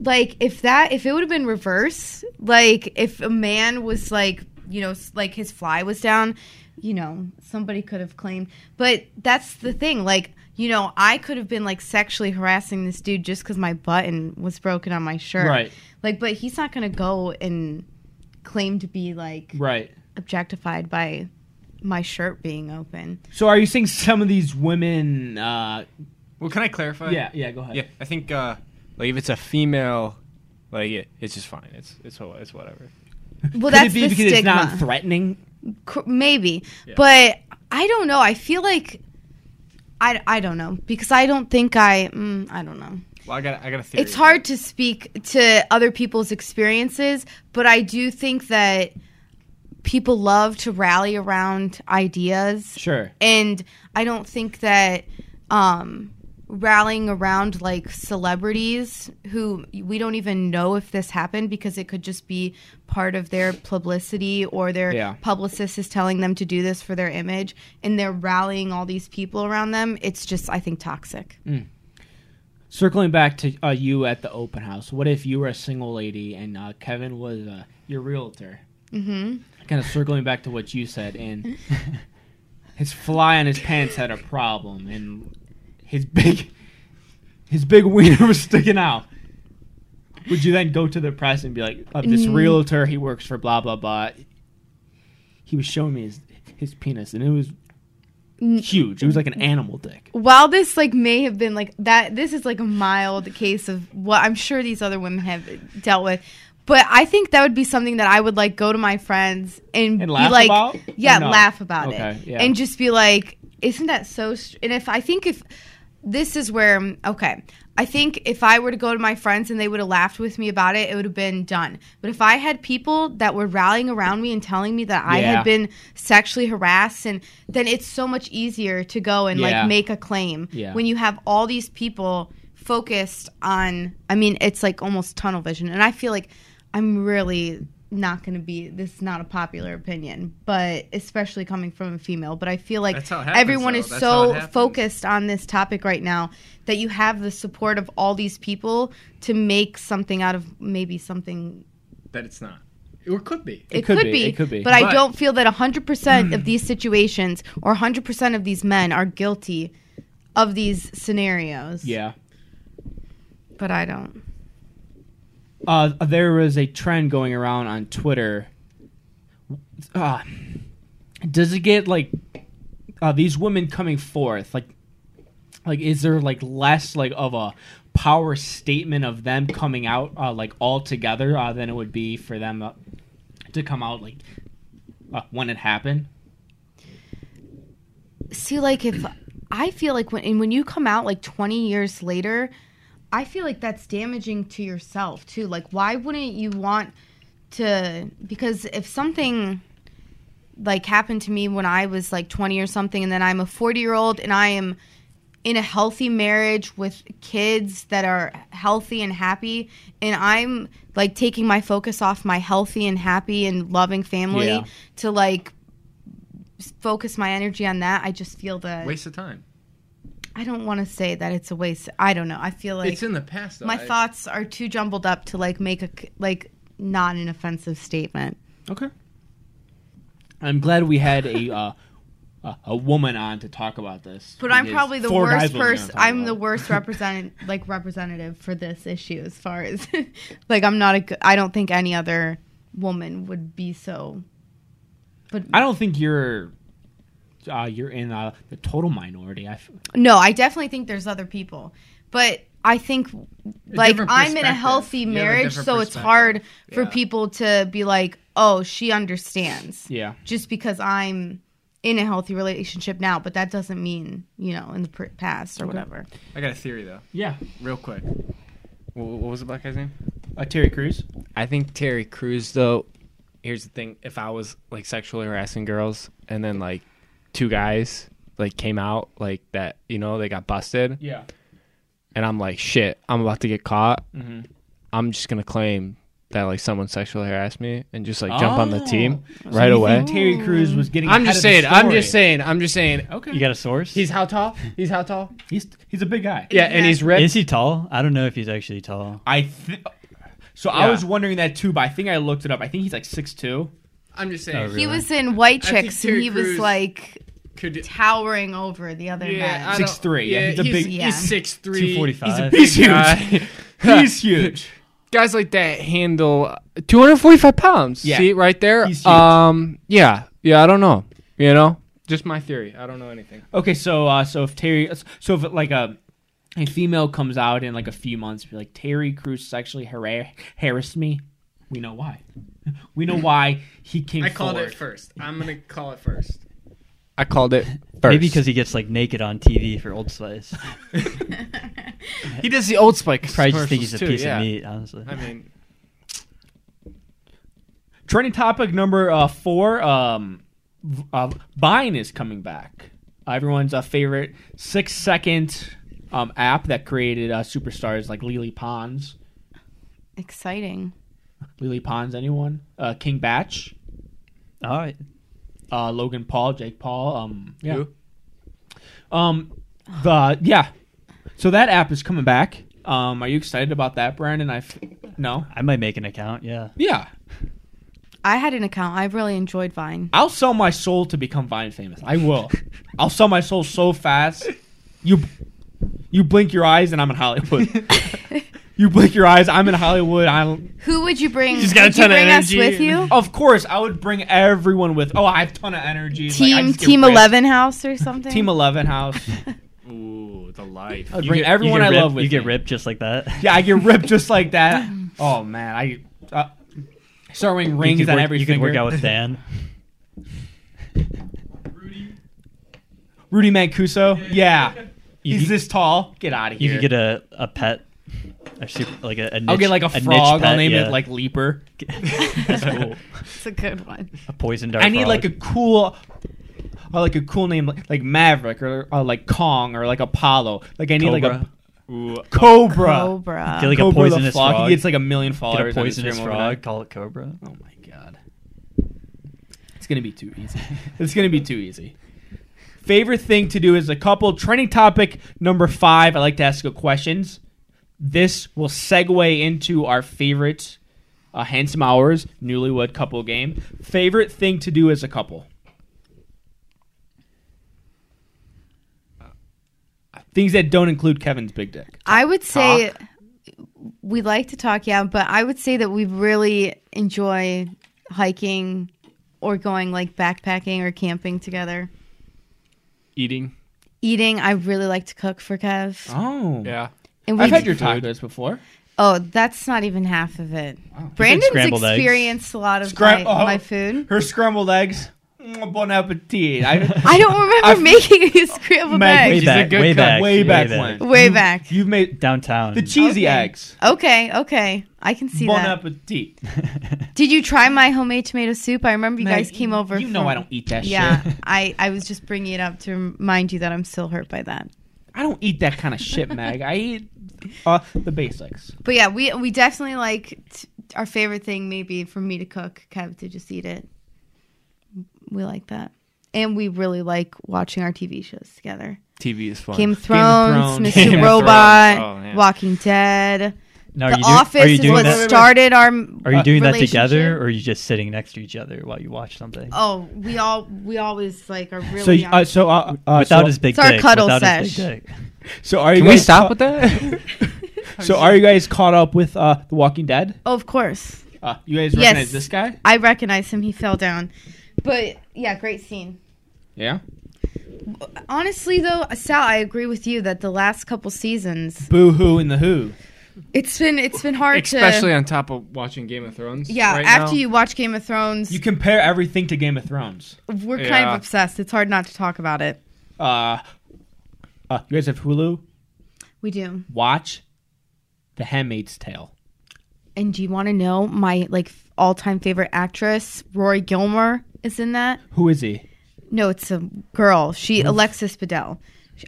Speaker 3: like if that if it would have been reverse like if a man was like you know s- like his fly was down you know somebody could have claimed but that's the thing like you know i could have been like sexually harassing this dude just because my button was broken on my shirt
Speaker 1: Right.
Speaker 3: like but he's not gonna go and claim to be like
Speaker 1: Right.
Speaker 3: objectified by my shirt being open
Speaker 1: So are you seeing some of these women? Uh,
Speaker 4: Well, can I clarify?
Speaker 1: yeah, yeah. Go ahead.
Speaker 4: Yeah, I think uh, like if it's a female, like it, it's just fine. It's it's wha- it's whatever.
Speaker 3: well
Speaker 1: Could
Speaker 3: that's
Speaker 1: it be
Speaker 3: the
Speaker 1: because
Speaker 3: stigma
Speaker 1: it's non-threatening?
Speaker 3: Cr- maybe but i don't know i feel like I, I don't know because i don't think i mm, i don't know
Speaker 4: Well, I got I got a theory.
Speaker 3: it's hard to speak to other people's experiences but i do think that people love to rally around ideas
Speaker 1: Sure.
Speaker 3: and i don't think that um rallying around like celebrities who we don't even know if this happened because it could just be part of their publicity or their
Speaker 1: Yeah.
Speaker 3: publicist is telling them to do this for their image and they're rallying all these people around them it's just i think toxic
Speaker 1: Circling back to uh, you at the open house, what if you were a single lady and uh, Kevin was uh, your realtor? Mm-hmm. Kind of circling back to what you said, and his fly on his pants had a problem, and his big his big wiener was sticking out. Would you then go to the press and be like, uh, "This
Speaker 3: Mm.
Speaker 1: realtor, he works for blah blah blah. He was showing me his his penis, and it was
Speaker 3: Mm.
Speaker 1: huge. It was like an animal dick."
Speaker 3: while this like may have been like that this is like a mild case of what i'm sure these other women have dealt with but i think that would be something that i would like go to my friends and,
Speaker 1: And
Speaker 3: be
Speaker 1: laugh
Speaker 3: like
Speaker 1: about?
Speaker 3: yeah
Speaker 1: Or no?
Speaker 3: laugh about
Speaker 1: Okay,
Speaker 3: it
Speaker 1: yeah.
Speaker 3: and just be like isn't that so str-? and if i think if this is where okay i think if i were to go to my friends and they would have laughed with me about it it would have been done but if i had people that were rallying around me and telling me that i
Speaker 1: Yeah.
Speaker 3: had been sexually harassed and then it's so much easier to go and
Speaker 1: Yeah.
Speaker 3: like make a claim
Speaker 1: Yeah.
Speaker 3: when you have all these people focused on i mean it's like almost tunnel vision and i feel like i'm really not going to be this is not a popular opinion but especially coming from a female but i feel like
Speaker 4: That's how it happens,
Speaker 3: everyone
Speaker 4: though.
Speaker 3: is
Speaker 4: That's how it
Speaker 3: so
Speaker 4: happens.
Speaker 3: focused on this topic right now that you have the support of all these people to make something out of maybe something
Speaker 4: that it's not, or could be.
Speaker 3: it,
Speaker 1: could
Speaker 3: could,
Speaker 1: be,
Speaker 3: be,
Speaker 1: it could be.
Speaker 3: But, I
Speaker 4: But- Mm.
Speaker 3: don't feel that 100% of these situations or 100% of these men are guilty of these scenarios.
Speaker 1: Yeah.
Speaker 3: But I don't.
Speaker 1: uh, there was a trend going around on Twitter. Uh, does it get like uh, these women coming forth? Like, like is there like less like of a power statement of them coming out uh, like all together uh, than it would be for them uh, to come out like uh, when it happened?
Speaker 3: See, like, if I feel like when, and when you come out like 20 years later, I feel like that's damaging to yourself too. Like, why wouldn't you want to? Because if something like happened to me when I was like 20 or something, and then I'm a 40 year old and I am in a healthy marriage with kids that are healthy and happy, and I'm like taking my focus off my healthy and happy and loving family
Speaker 1: Yeah.
Speaker 3: to like s- focus my energy on that, I just feel that
Speaker 4: Waste of time.
Speaker 3: I don't want to say that it's a waste. I don't know. I feel like
Speaker 4: it's in the past. Though.
Speaker 3: my
Speaker 4: I-
Speaker 3: thoughts are too jumbled up to like make a c- like not an offensive statement.
Speaker 1: Okay. I'm glad we had a uh, a, a woman on to talk about this.
Speaker 3: But I'm
Speaker 1: because
Speaker 3: probably the
Speaker 1: four guys
Speaker 3: worst
Speaker 1: were gonna
Speaker 3: person.
Speaker 1: talk
Speaker 3: I'm
Speaker 1: about
Speaker 3: the
Speaker 1: it.
Speaker 3: worst represent like representative for this issue as far as like I'm not a g- I don't think any other woman would be so. But
Speaker 1: I don't think you're uh, you're in uh, the total minority. I f-
Speaker 3: no, I definitely think there's other people. But I think like
Speaker 4: different
Speaker 3: I'm in a
Speaker 4: perspective.
Speaker 3: healthy
Speaker 4: You have a
Speaker 3: marriage,
Speaker 4: different
Speaker 3: so it's
Speaker 4: perspective.
Speaker 3: hard for
Speaker 4: Yeah.
Speaker 3: people to be like, "Oh, she understands."
Speaker 1: yeah.
Speaker 3: just because I'm in a healthy relationship now, but that doesn't mean you know in the pr- past or whatever.
Speaker 4: I got a theory though,
Speaker 1: Yeah.
Speaker 4: real quick. What, what was the black guy's name?
Speaker 1: Uh, Terry Crews.
Speaker 4: I think Terry Crews though. Here's the thing: if I was like sexually harassing girls, and then like two guys like came out like that, you know, they got busted,
Speaker 1: Yeah.
Speaker 4: and I'm like, shit, I'm about to get caught.
Speaker 1: Mhm.
Speaker 4: I'm just gonna claim that like someone sexually harassed me and just like jump on the team right
Speaker 1: you
Speaker 4: away.
Speaker 1: think Terry Crews was getting.
Speaker 4: I'm
Speaker 1: ahead
Speaker 4: just
Speaker 1: of the
Speaker 4: saying. I'm just
Speaker 1: story?
Speaker 4: saying. I'm just saying. Oh,
Speaker 1: Okay.
Speaker 2: You got a source?
Speaker 4: He's how tall? He's how tall?
Speaker 1: he's he's a big guy.
Speaker 4: Yeah, and he's ripped.
Speaker 2: Is he tall? I don't know if he's actually tall.
Speaker 1: I think. So I
Speaker 4: Yeah.
Speaker 1: was wondering that too, but I think I looked it up. I think he's like six two.
Speaker 4: I'm just saying.
Speaker 2: Oh, really?
Speaker 3: He was in White
Speaker 4: I think
Speaker 3: Chicks and
Speaker 4: Terry
Speaker 3: he was
Speaker 4: Crews-
Speaker 3: like
Speaker 4: Could,
Speaker 3: towering over the other men.
Speaker 4: I don't-
Speaker 1: 6'3", yeah, he's a big-
Speaker 3: Yeah.
Speaker 4: six three.
Speaker 2: 245.
Speaker 1: He's huge.
Speaker 4: guy.
Speaker 1: He's huge.
Speaker 4: Guys like that handle 245 pounds.
Speaker 1: Yeah.
Speaker 4: See right there.
Speaker 1: He's huge.
Speaker 4: Um. Yeah. Yeah. I don't know. You know. Just my theory. I don't know anything.
Speaker 1: Okay, so uh, so if Terry, so if like a a female comes out in like a few months, be like Terry Crews sexually hara- harassed me. We know why. We know why he came forward.
Speaker 4: first. I'm gonna call it first. I called it first.
Speaker 2: Maybe because he gets like naked on TV for Old Spice.
Speaker 4: he does the old spike.
Speaker 2: Probably just think he's a piece of meat, honestly.
Speaker 4: I mean,
Speaker 1: Trending topic number uh, four: um, v- uh, Vine is coming back. Uh, everyone's uh, favorite six-second um, app that created uh, superstars like Lily Pons.
Speaker 3: Exciting.
Speaker 1: Lily Pons, anyone? Uh, King Batch,
Speaker 2: All right.
Speaker 1: uh, Logan Paul, Jake Paul. Um, yeah.
Speaker 4: Who?
Speaker 1: Um, the yeah. So that app is coming back. Um, are you excited about that, Brandon? I f- no.
Speaker 2: I might make an account, yeah.
Speaker 1: Yeah,
Speaker 3: I had an account. I really enjoyed Vine.
Speaker 1: I'll sell my soul to become Vine famous. I will. I'll sell my soul so fast. You, you blink your eyes and I'm in Hollywood. you blink your eyes, I'm in Hollywood. I'm.
Speaker 3: Who would you bring?
Speaker 4: He's got a
Speaker 3: would you
Speaker 4: ton of
Speaker 3: bring us
Speaker 4: energy
Speaker 3: with
Speaker 4: and- Oh,
Speaker 3: you?
Speaker 1: Of course, I would bring everyone with. Oh, I have a ton of energy. Like, I
Speaker 3: Team
Speaker 1: just get
Speaker 3: Team
Speaker 1: ripped.
Speaker 3: Eleven House or something.
Speaker 1: Team Eleven House.
Speaker 4: ooh, the life.
Speaker 1: I'd
Speaker 2: You
Speaker 1: bring
Speaker 2: get- you
Speaker 1: everyone
Speaker 2: get
Speaker 1: I
Speaker 2: ripped-
Speaker 1: love with.
Speaker 2: You get
Speaker 1: me.
Speaker 2: ripped just like that.
Speaker 1: Yeah, I get ripped just like that. Oh man, I uh, start wearing
Speaker 2: You
Speaker 1: rings
Speaker 2: could
Speaker 1: on
Speaker 2: work-
Speaker 1: every
Speaker 2: You could
Speaker 1: finger.
Speaker 2: work out with Dan.
Speaker 5: Rudy.
Speaker 1: Rudy Mancuso. Yeah,
Speaker 2: You
Speaker 1: he's
Speaker 2: could-
Speaker 1: this tall. Get out of
Speaker 2: You
Speaker 1: here.
Speaker 2: could get a, a pet, a super, like a, a niche,
Speaker 1: I'll get like a
Speaker 2: niche
Speaker 1: frog. I'll
Speaker 2: pet,
Speaker 1: name
Speaker 2: yeah.
Speaker 1: it like Leaper.
Speaker 2: That's cool.
Speaker 3: It's a good one.
Speaker 2: A poison dart.
Speaker 1: I need like a
Speaker 2: frog.
Speaker 1: cool, or like a cool name like, like Maverick or, or like Kong or like Apollo. Like I need like
Speaker 2: Cobra.
Speaker 1: a Cobra.
Speaker 3: Cobra.
Speaker 2: Get like
Speaker 1: Cobra
Speaker 2: a
Speaker 1: the
Speaker 2: poisonous
Speaker 1: frog.
Speaker 2: frog.
Speaker 1: He gets like a million
Speaker 2: Get
Speaker 1: followers.
Speaker 2: a
Speaker 1: on
Speaker 2: poisonous
Speaker 1: Instagram
Speaker 2: frog.
Speaker 1: overnight.
Speaker 2: Call it Cobra.
Speaker 1: Oh my god. It's gonna be too easy. it's gonna be too easy. Favorite thing to do is a couple. Trending topic number five. I like to ask you questions. This will segue into our favorite, uh, handsome hours newlywed couple game. Favorite thing to do as a couple. Things that don't include Kevin's big dick.
Speaker 3: I would say we like to talk, yeah, but I would say that we really enjoy hiking or going like backpacking or camping together.
Speaker 4: Eating.
Speaker 3: Eating, I really like to cook for Kev.
Speaker 1: Oh,
Speaker 4: Yeah.
Speaker 3: and we
Speaker 1: I've had your tacos before.
Speaker 3: Oh, that's not even half of it.
Speaker 1: Oh,
Speaker 2: scrambled
Speaker 3: Brandon's
Speaker 2: eggs.
Speaker 3: experienced a lot of
Speaker 1: Scram-
Speaker 3: my,
Speaker 1: oh.
Speaker 3: my food.
Speaker 1: Her scrambled eggs. Mm, Bon appetit. I,
Speaker 3: I don't remember
Speaker 1: I've-
Speaker 3: making a scrambled
Speaker 1: Meg,
Speaker 2: Way
Speaker 1: She's
Speaker 3: egg.
Speaker 1: a
Speaker 2: back,
Speaker 4: good
Speaker 2: way
Speaker 4: cook.
Speaker 2: back,
Speaker 1: way back when.
Speaker 3: Way back.
Speaker 1: You've made
Speaker 2: Downtown.
Speaker 1: the cheesy
Speaker 3: Okay.
Speaker 1: eggs.
Speaker 3: Okay, okay. I can see
Speaker 1: bon
Speaker 3: that.
Speaker 1: appetit.
Speaker 3: Did you try my homemade tomato soup? I remember you
Speaker 1: Meg,
Speaker 3: guys came over.
Speaker 1: You know
Speaker 3: from-
Speaker 1: I don't eat that
Speaker 3: Yeah,
Speaker 1: shit.
Speaker 3: I, I was just bringing it up to remind you that I'm still hurt by that.
Speaker 1: I don't eat that kind of shit, Meg. I eat uh, the basics.
Speaker 3: But yeah, we we definitely like t- our favorite thing maybe for me to cook, Kev to just eat it. We like that. And we really like watching our TV shows together.
Speaker 4: TV is fun.
Speaker 3: Game of
Speaker 1: Game of
Speaker 3: Thrones,
Speaker 1: Thrones.
Speaker 3: Mr.
Speaker 1: Game
Speaker 4: of
Speaker 3: Robot,
Speaker 4: Thrones. Oh, yeah.
Speaker 3: Walking Dead.
Speaker 2: Now, are
Speaker 3: the
Speaker 2: you doing-
Speaker 3: Office
Speaker 2: are you
Speaker 3: is
Speaker 2: doing
Speaker 3: what
Speaker 2: that?
Speaker 3: started our. uh,
Speaker 2: Are you doing that together,
Speaker 3: relationship.
Speaker 2: or are you just sitting next to each other while you watch
Speaker 1: Uh,
Speaker 2: something?
Speaker 3: Oh, we all we always like are really.
Speaker 1: so, uh, so, uh, uh,
Speaker 2: without
Speaker 1: so,
Speaker 2: his big
Speaker 3: It's our
Speaker 2: dick.
Speaker 3: cuddle
Speaker 2: without his
Speaker 3: sesh.
Speaker 2: big dick.
Speaker 1: so are you
Speaker 4: Can
Speaker 1: guys
Speaker 4: we stop with that?
Speaker 1: So are you guys caught up with uh, The Walking Dead?
Speaker 3: oh, of course,
Speaker 1: Uh, you guys
Speaker 3: Yes.
Speaker 1: recognize this guy?
Speaker 3: I recognize him. He fell down, but yeah, great scene.
Speaker 1: Yeah.
Speaker 3: Honestly, though, Sal, I agree with you that the last couple seasons
Speaker 1: Boo hoo and the who.
Speaker 3: It's been it's been hard
Speaker 4: especially
Speaker 3: to
Speaker 4: on top of watching Game of Thrones.
Speaker 3: yeah.
Speaker 4: right
Speaker 3: after
Speaker 4: now.
Speaker 3: you watch Game of Thrones,
Speaker 1: You compare everything to Game of Thrones.
Speaker 3: we're kind
Speaker 4: Yeah.
Speaker 3: of obsessed. It's hard not to talk about it.
Speaker 1: Uh, uh, you guys have Hulu?
Speaker 3: We do.
Speaker 1: Watch The Handmaid's Tale.
Speaker 3: And do you want to know my like all time favorite actress, Rory Gilmore, is in that?
Speaker 1: Who is he?
Speaker 3: No, it's a girl.
Speaker 4: Mm.
Speaker 3: She Alexis Bledel.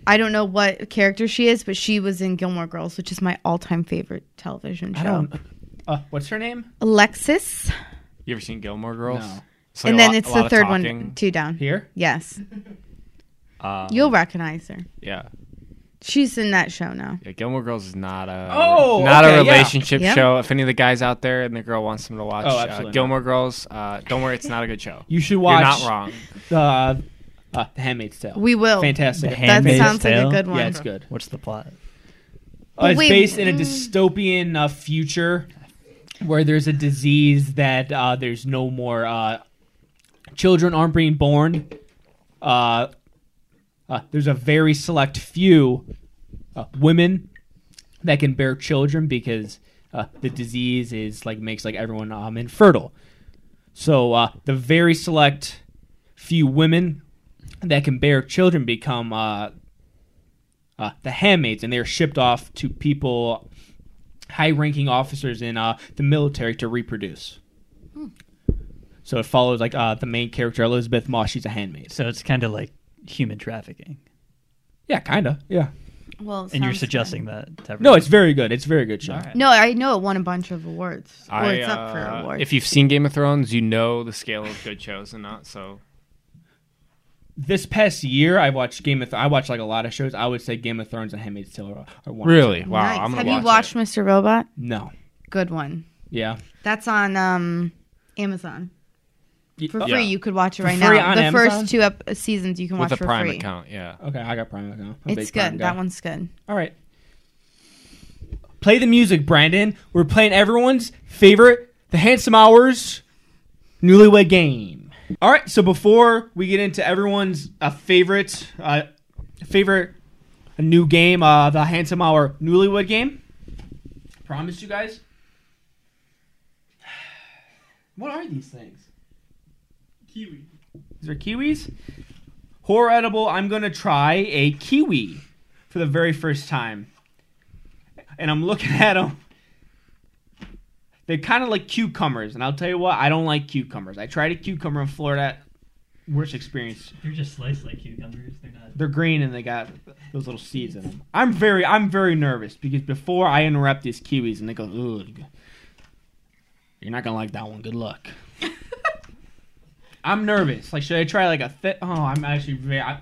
Speaker 3: I don't know what character she is, but she was in Gilmore Girls, which is my all-time favorite television
Speaker 1: I
Speaker 3: show.
Speaker 1: don't. Uh, what's her name?
Speaker 3: Alexis,
Speaker 4: You ever seen Gilmore Girls?
Speaker 1: No.
Speaker 4: It's like
Speaker 3: and
Speaker 4: a
Speaker 3: then
Speaker 4: lot-
Speaker 3: it's
Speaker 4: a
Speaker 3: the
Speaker 4: lot of
Speaker 3: third one,
Speaker 4: talking.
Speaker 3: two down.
Speaker 1: Here?
Speaker 3: Yes,
Speaker 4: Um,
Speaker 3: you'll recognize her.
Speaker 4: yeah,
Speaker 3: She's in that show now.
Speaker 4: yeah. Gilmore Girls is not a
Speaker 1: Oh,
Speaker 4: not
Speaker 1: okay,
Speaker 4: a
Speaker 1: yeah.
Speaker 4: relationship
Speaker 3: Yeah.
Speaker 4: show. If any of the guys out there and the girl wants them to watch
Speaker 1: Oh,
Speaker 4: uh,
Speaker 1: absolutely
Speaker 4: Gilmore Girls, uh, don't worry, it's not a good show.
Speaker 1: You should watch.
Speaker 4: You're not wrong.
Speaker 1: Uh, uh, the Handmaid's Tale.
Speaker 3: We will.
Speaker 1: Fantastic.
Speaker 2: The
Speaker 3: That
Speaker 2: Handmaid's
Speaker 3: sounds
Speaker 2: Tale?
Speaker 3: like a good one.
Speaker 1: yeah, it's good.
Speaker 2: What's the plot?
Speaker 1: Uh, it's
Speaker 3: Wait,
Speaker 1: based in a
Speaker 3: mm.
Speaker 1: dystopian uh, future where there's a disease that uh, there's no more uh, children aren't being born. Uh, uh, there's a very select few uh, women that can bear children because uh, the disease is like makes like everyone um, infertile. So uh, the very select few women that can bear children become uh, uh, the handmaids, and they are shipped off to people, high-ranking officers in uh, the military to reproduce. So it follows like uh, the main character Elizabeth Moss. She's a handmaid.
Speaker 2: So it's kind of like human trafficking,
Speaker 1: Yeah, kind of. Yeah.
Speaker 3: Well, it
Speaker 2: and you're
Speaker 3: sounds
Speaker 2: suggesting that to everyone.
Speaker 1: No, it's very good. It's a very good show.
Speaker 2: All
Speaker 3: good.
Speaker 2: right.
Speaker 3: No, I know it won a bunch of awards. Or
Speaker 4: I,
Speaker 3: it's up for
Speaker 4: uh,
Speaker 3: awards.
Speaker 4: If you've seen Game of Thrones, you know the scale of good shows and not. So
Speaker 1: This past year, I watched Game of. Th- I watched like a lot of shows. I would say Game of Thrones and Handmaid's Tale are, are one.
Speaker 4: really, wow,
Speaker 3: Nice.
Speaker 4: I'm gonna
Speaker 3: Have
Speaker 4: watch
Speaker 3: you watched
Speaker 4: It.
Speaker 3: Mr. Robot?
Speaker 1: No.
Speaker 3: Good one.
Speaker 1: Yeah.
Speaker 3: That's on um, Amazon for
Speaker 1: Oh,
Speaker 4: Yeah.
Speaker 3: free. You could watch it
Speaker 1: For
Speaker 3: right
Speaker 1: free
Speaker 3: now.
Speaker 1: on
Speaker 3: The
Speaker 1: Amazon?
Speaker 3: first two ep- seasons you can
Speaker 4: with
Speaker 3: watch
Speaker 4: a
Speaker 3: for
Speaker 4: Prime
Speaker 3: free.
Speaker 4: account. Yeah,
Speaker 1: Okay, I got Prime account. I'm a
Speaker 3: It's
Speaker 1: big Prime
Speaker 3: good.
Speaker 1: guy.
Speaker 3: That one's good.
Speaker 1: All right. Play the music, Brandon. We're playing everyone's favorite, The Handsome Hours Newlywed Game. All right. So before we get into everyone's uh, favorite, uh, favorite new game, uh, the Handsome Hour Newlywed Game. Promise you guys. What are these things?
Speaker 5: Kiwi.
Speaker 1: These are kiwis. Horror edible. I'm gonna try a kiwi for the very first time, and I'm looking at them. They're kind of like cucumbers, and I'll tell you what, I don't like cucumbers. I tried a cucumber in Florida. Worst experience.
Speaker 2: They're just sliced like cucumbers. They're not.
Speaker 1: They're green and they got those little seeds in them. I'm very, I'm very nervous because before I interrupt these kiwis and they go, ugh, you're not gonna like that one. Good luck. I'm nervous. Like, should I try like a thick? Oh, I'm actually very. I,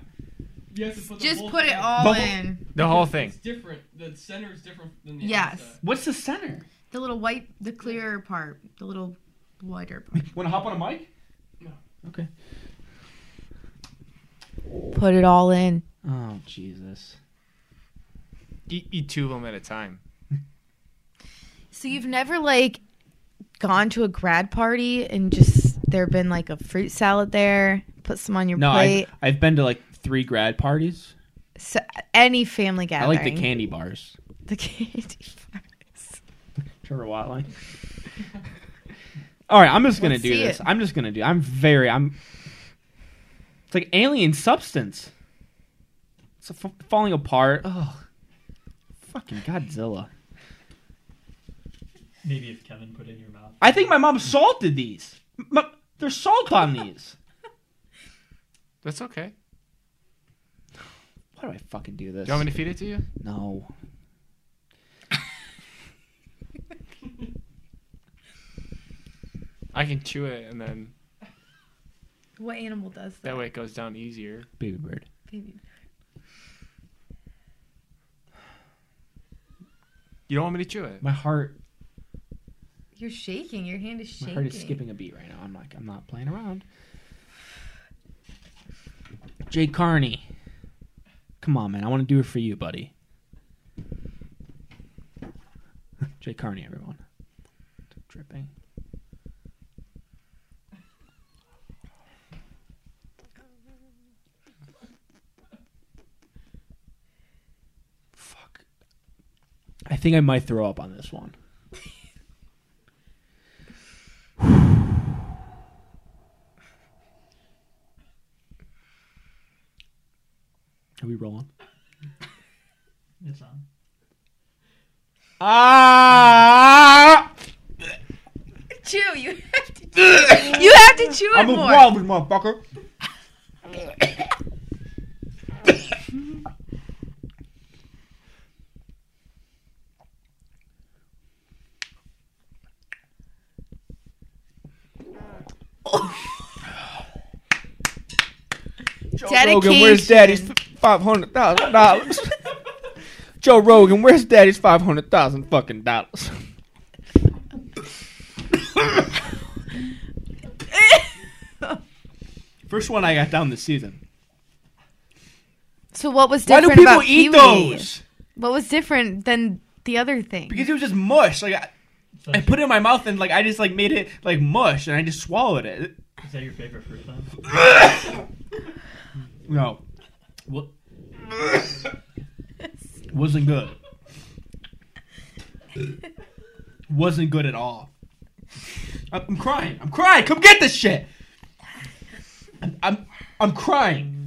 Speaker 5: You have to put the
Speaker 3: Just
Speaker 5: whole
Speaker 3: put it
Speaker 5: thing-
Speaker 3: all
Speaker 1: But-
Speaker 3: in
Speaker 4: the whole
Speaker 5: Because
Speaker 4: thing.
Speaker 5: It's different. The center is different than the
Speaker 3: Yes.
Speaker 5: outside.
Speaker 1: what's the center?
Speaker 3: the little white, the clearer part, the little whiter part.
Speaker 1: Want to hop on a mic? No. Okay.
Speaker 3: Put it all in.
Speaker 1: Oh Jesus.
Speaker 4: Eat, eat two of them at a time.
Speaker 3: So you've never like gone to a grad party and just there been like a fruit salad there, put some on your
Speaker 1: No,
Speaker 3: plate.
Speaker 1: I've, I've been to like three grad parties.
Speaker 3: So, any family
Speaker 1: I
Speaker 3: gathering.
Speaker 1: like the candy bars.
Speaker 3: The candy. bars.
Speaker 1: Trevor Watling. All right, I'm just gonna
Speaker 3: Let's
Speaker 1: do
Speaker 3: see
Speaker 1: this.
Speaker 3: it.
Speaker 1: I'm just gonna do. I'm very. I'm. It's like alien substance. It's f- falling apart. Ugh. Fucking Godzilla.
Speaker 2: Maybe if Kevin put it in your mouth.
Speaker 1: I think my mom salted these. M- there's salt on these.
Speaker 4: That's okay.
Speaker 1: Why do I fucking do
Speaker 4: Do
Speaker 1: this?
Speaker 4: you want me to feed it to you?
Speaker 1: No.
Speaker 4: I can chew it, and then
Speaker 3: What animal does that?
Speaker 4: that way it goes down easier.
Speaker 1: Baby bird.
Speaker 3: Baby.
Speaker 4: You don't want me to chew it?
Speaker 1: My heart.
Speaker 3: You're shaking. Your hand is
Speaker 1: My
Speaker 3: shaking.
Speaker 1: heart is skipping a beat right now. I'm like, I'm not playing around. Jay Carney, come on, man. I want to do it for you, buddy. Jay Carney, everyone. Dripping. Fuck. I
Speaker 4: think I might throw up on this one. Are we rolling?
Speaker 2: It's on.
Speaker 4: Ah!
Speaker 3: Chew. You have to. Chew. You have to chew it
Speaker 4: I'm a
Speaker 3: more.
Speaker 4: wild motherfucker. Joe Rogan, where's daddy's
Speaker 3: Dedication.
Speaker 4: five hundred thousand dollars? Joe Rogan, where's daddy's five hundred thousand fucking dollars? First one I got down this season.
Speaker 3: So what was
Speaker 4: Why
Speaker 3: different
Speaker 4: do people
Speaker 3: about
Speaker 4: eat
Speaker 3: Pee-wee?
Speaker 4: those?
Speaker 3: What was different than the other thing?
Speaker 4: Because it was just mush. Like I,
Speaker 2: So
Speaker 4: I put it in my mouth and like I just like made it like mush and I just swallowed it.
Speaker 2: Is that your favorite fruit then?
Speaker 4: No, what? Wasn't good. Wasn't good at all. I'm, I'm crying. I'm crying. Come get this shit. I'm I'm, I'm crying.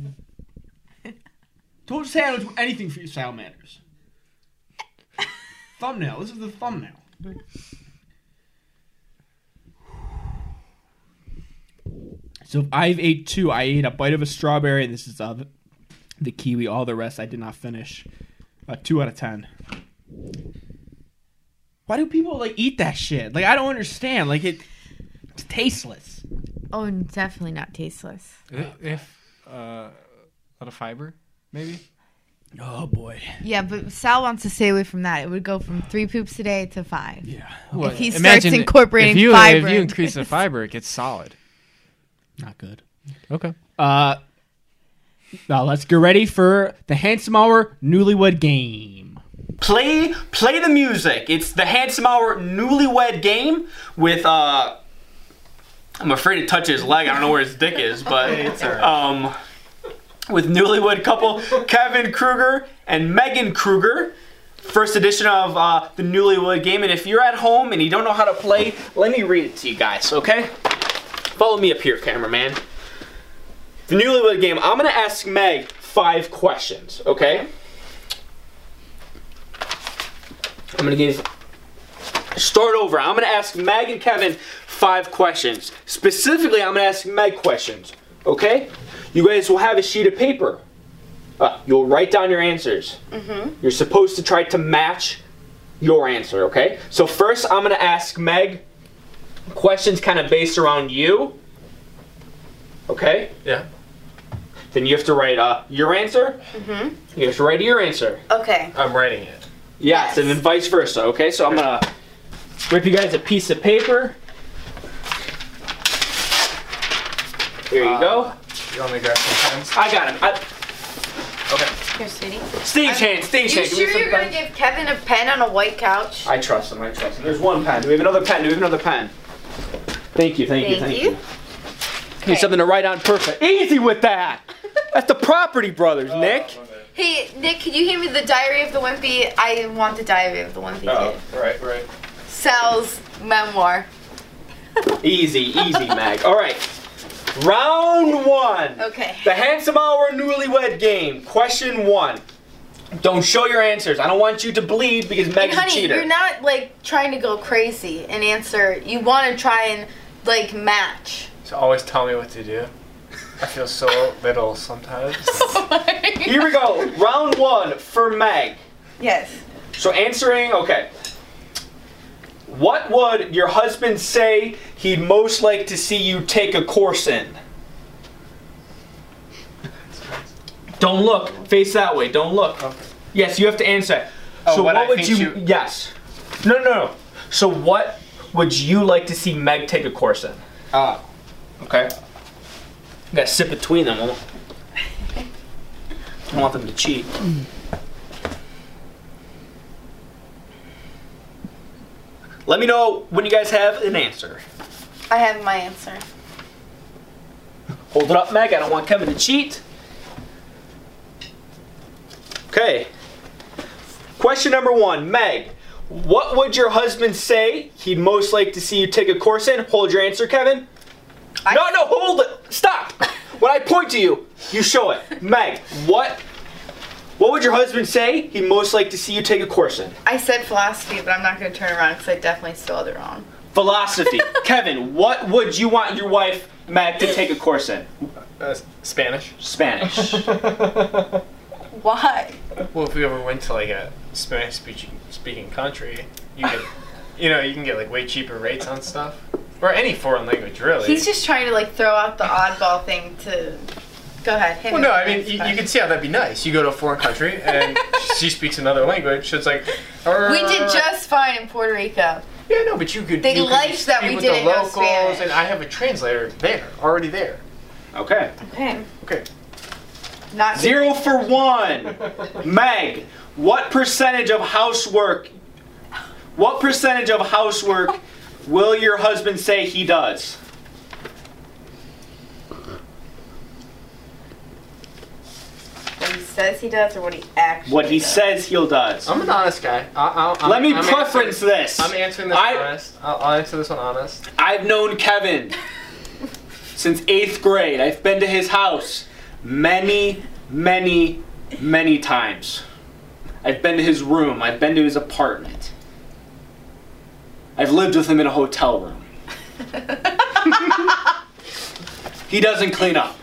Speaker 4: Don't say I don't do anything for you, salamanders. Thumbnail. This is the thumbnail. So if I've ate two. I ate a bite of a strawberry, and this is uh, the kiwi. All the rest I did not finish. Uh, two out of ten. Why do people like eat that shit? Like I don't understand. Like it, it's tasteless.
Speaker 3: oh, definitely not tasteless.
Speaker 8: If uh, a lot of fiber, maybe.
Speaker 4: Oh boy.
Speaker 3: Yeah, but Sal wants to stay away from that. It would go from three poops a day to five.
Speaker 4: Yeah.
Speaker 3: If he starts incorporating
Speaker 8: if you,
Speaker 3: fiber,
Speaker 8: If you
Speaker 3: into
Speaker 8: increase the
Speaker 3: his-
Speaker 8: fiber, it gets solid.
Speaker 4: Not good.
Speaker 8: Okay.
Speaker 4: Uh, now let's get ready for the Handsome Hour Newlywed Game.
Speaker 1: play play the music. It's the Handsome Hour newlywed game with uh I'm afraid to touch his leg. I don't know where his dick is, but um with newlywed couple Kevin Kruger and Megan Kruger. First edition of uh, the Newlywed Game, and if you're at home and you don't know how to play, let me read it to you guys, okay? Follow me up here, cameraman. The Newlywed Game. I'm gonna ask Meg five questions, okay? I'm gonna give. Start over. I'm gonna ask Meg and Kevin five questions. Specifically, I'm gonna ask Meg questions. Okay? You guys will have a sheet of paper. Uh, you'll write down your answers. You're supposed to try to match your answer. Okay? So first, I'm gonna ask Meg questions kind of based around you. Okay?
Speaker 9: Yeah.
Speaker 1: Then you have to write uh, your answer. Mm-hmm. You have to write your answer.
Speaker 3: Okay.
Speaker 1: Uh,
Speaker 9: I'm writing it.
Speaker 1: Yes, and then vice versa. Okay, so I'm gonna rip you guys a piece of paper. Here you go.
Speaker 9: Uh, You want me to grab some pens?
Speaker 1: I got him. I,
Speaker 3: Here, sweetie.
Speaker 1: stage hand, stage hand. Give me some pen.
Speaker 3: give Kevin a pen on a white couch?
Speaker 1: I trust him. I trust him. There's one pen. Do we have another pen? Do we have another pen? Thank you. Thank, you.
Speaker 3: Thank
Speaker 1: Thank
Speaker 3: you.
Speaker 1: you. Need something to write on. Perfect. Easy with that. That's the Property Brothers,
Speaker 9: Uh,
Speaker 1: Nick.
Speaker 3: Hey, Nick, can you hand me the Diary of the Wimpy? I want the Diary of the Wimpy
Speaker 1: Oh.
Speaker 3: Kid.
Speaker 9: Right, right.
Speaker 3: Sal's memoir.
Speaker 1: Easy, easy, Mag. All right. Round one.
Speaker 3: Okay.
Speaker 1: The Handsome Hour Newlywed Game. Question one. Don't show your answers. I don't want you to bleed because
Speaker 3: And
Speaker 1: Meg's a
Speaker 3: honey,
Speaker 1: cheater.
Speaker 3: you're not like trying to go crazy and answer. You want to try and like match.
Speaker 9: So always tell me what to do. I feel so little sometimes.
Speaker 1: Oh Here we go. Round one for Meg.
Speaker 3: Yes.
Speaker 1: So answering, okay. What would your husband say he'd most like to see you take a course in? Don't look. Face that way. Don't look. Yes, you have to answer.
Speaker 9: Oh,
Speaker 1: so
Speaker 9: what
Speaker 1: what,
Speaker 9: I
Speaker 1: would
Speaker 9: think
Speaker 1: you,
Speaker 9: you-
Speaker 1: Yes. No, no, no. So what would you like to see Meg take a course in?
Speaker 9: Ah.
Speaker 1: Okay. Got to sit between them. I don't- I don't want them to cheat. Let me know when you guys have an answer.
Speaker 3: I have my answer.
Speaker 1: Hold it up, Meg. I don't want Kevin to cheat. Okay. Question number one, Meg. What would your husband say he'd most like to see you take a course in? Hold your answer, Kevin. no, no, hold it. Stop. when I point to you, you show it. Meg, what? What would your husband say he'd most like to see you take a course in?
Speaker 3: I said philosophy, but I'm not going to turn around because I definitely spelled it wrong.
Speaker 1: Philosophy. Kevin, what would you want your wife, Meg, to take a course in?
Speaker 10: Uh, Spanish.
Speaker 1: Spanish.
Speaker 3: Why?
Speaker 10: Well, if we ever went to like a Spanish speaking speaking country, you could, you know, you can get like way cheaper rates on stuff, or any foreign language really.
Speaker 3: He's just trying to like throw out the oddball thing to. Go ahead. Hit
Speaker 10: Well,
Speaker 3: me
Speaker 10: no, I
Speaker 3: with the next
Speaker 10: mean, you, you
Speaker 3: question.
Speaker 10: can see how that'd be nice. You go to a foreign country and she speaks another language, so it's like.
Speaker 3: We did just fine in Puerto Rico.
Speaker 10: Yeah, no, but you could.
Speaker 3: They
Speaker 10: you could
Speaker 3: liked that
Speaker 10: speak
Speaker 3: we
Speaker 10: with
Speaker 3: didn't
Speaker 10: the
Speaker 3: know
Speaker 10: locals,
Speaker 3: Spanish.
Speaker 10: and I have a translator there already there.
Speaker 1: Okay.
Speaker 3: Okay.
Speaker 10: Okay.
Speaker 3: Not
Speaker 1: Zero for one. Meg, what percentage of housework? What percentage of housework will your husband say he does?
Speaker 3: what he says he does or what he actually
Speaker 1: What he
Speaker 3: does.
Speaker 1: says he'll does.
Speaker 10: I'm an honest guy. I, I, I'm,
Speaker 1: Let me
Speaker 10: I'm
Speaker 1: preference
Speaker 10: answering-
Speaker 1: this.
Speaker 10: I'm answering this
Speaker 1: I-
Speaker 10: honest. I'll, I'll answer this one honest.
Speaker 1: I've known Kevin since eighth grade. I've been to his house many, many, many times. I've been to his room. I've been to his apartment. I've lived with him in a hotel room. he doesn't clean up.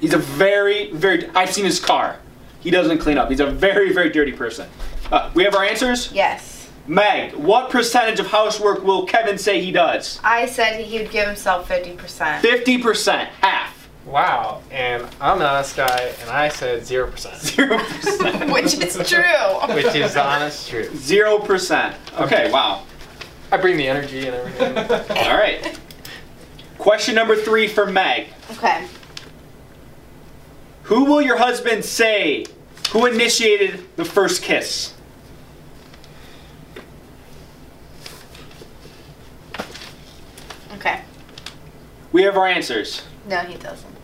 Speaker 1: He's a very, very. I've seen his car. He doesn't clean up. He's a very, very dirty person. Uh, we have our answers?
Speaker 3: Yes.
Speaker 1: Meg, what percentage of housework will Kevin say he does?
Speaker 3: I said he would give himself 50%.
Speaker 1: Fifty percent, half,
Speaker 10: Wow. And I'm an honest guy, and I said zero percent,
Speaker 1: zero percent,
Speaker 3: Which is true.
Speaker 10: which is the honest truth.
Speaker 1: zero percent. Okay, wow.
Speaker 10: I bring the energy and everything.
Speaker 1: All right. Question number three for Meg:
Speaker 3: Okay.
Speaker 1: Who will your husband say who initiated the first kiss?
Speaker 3: Okay.
Speaker 1: We have our answers.
Speaker 3: No, he doesn't.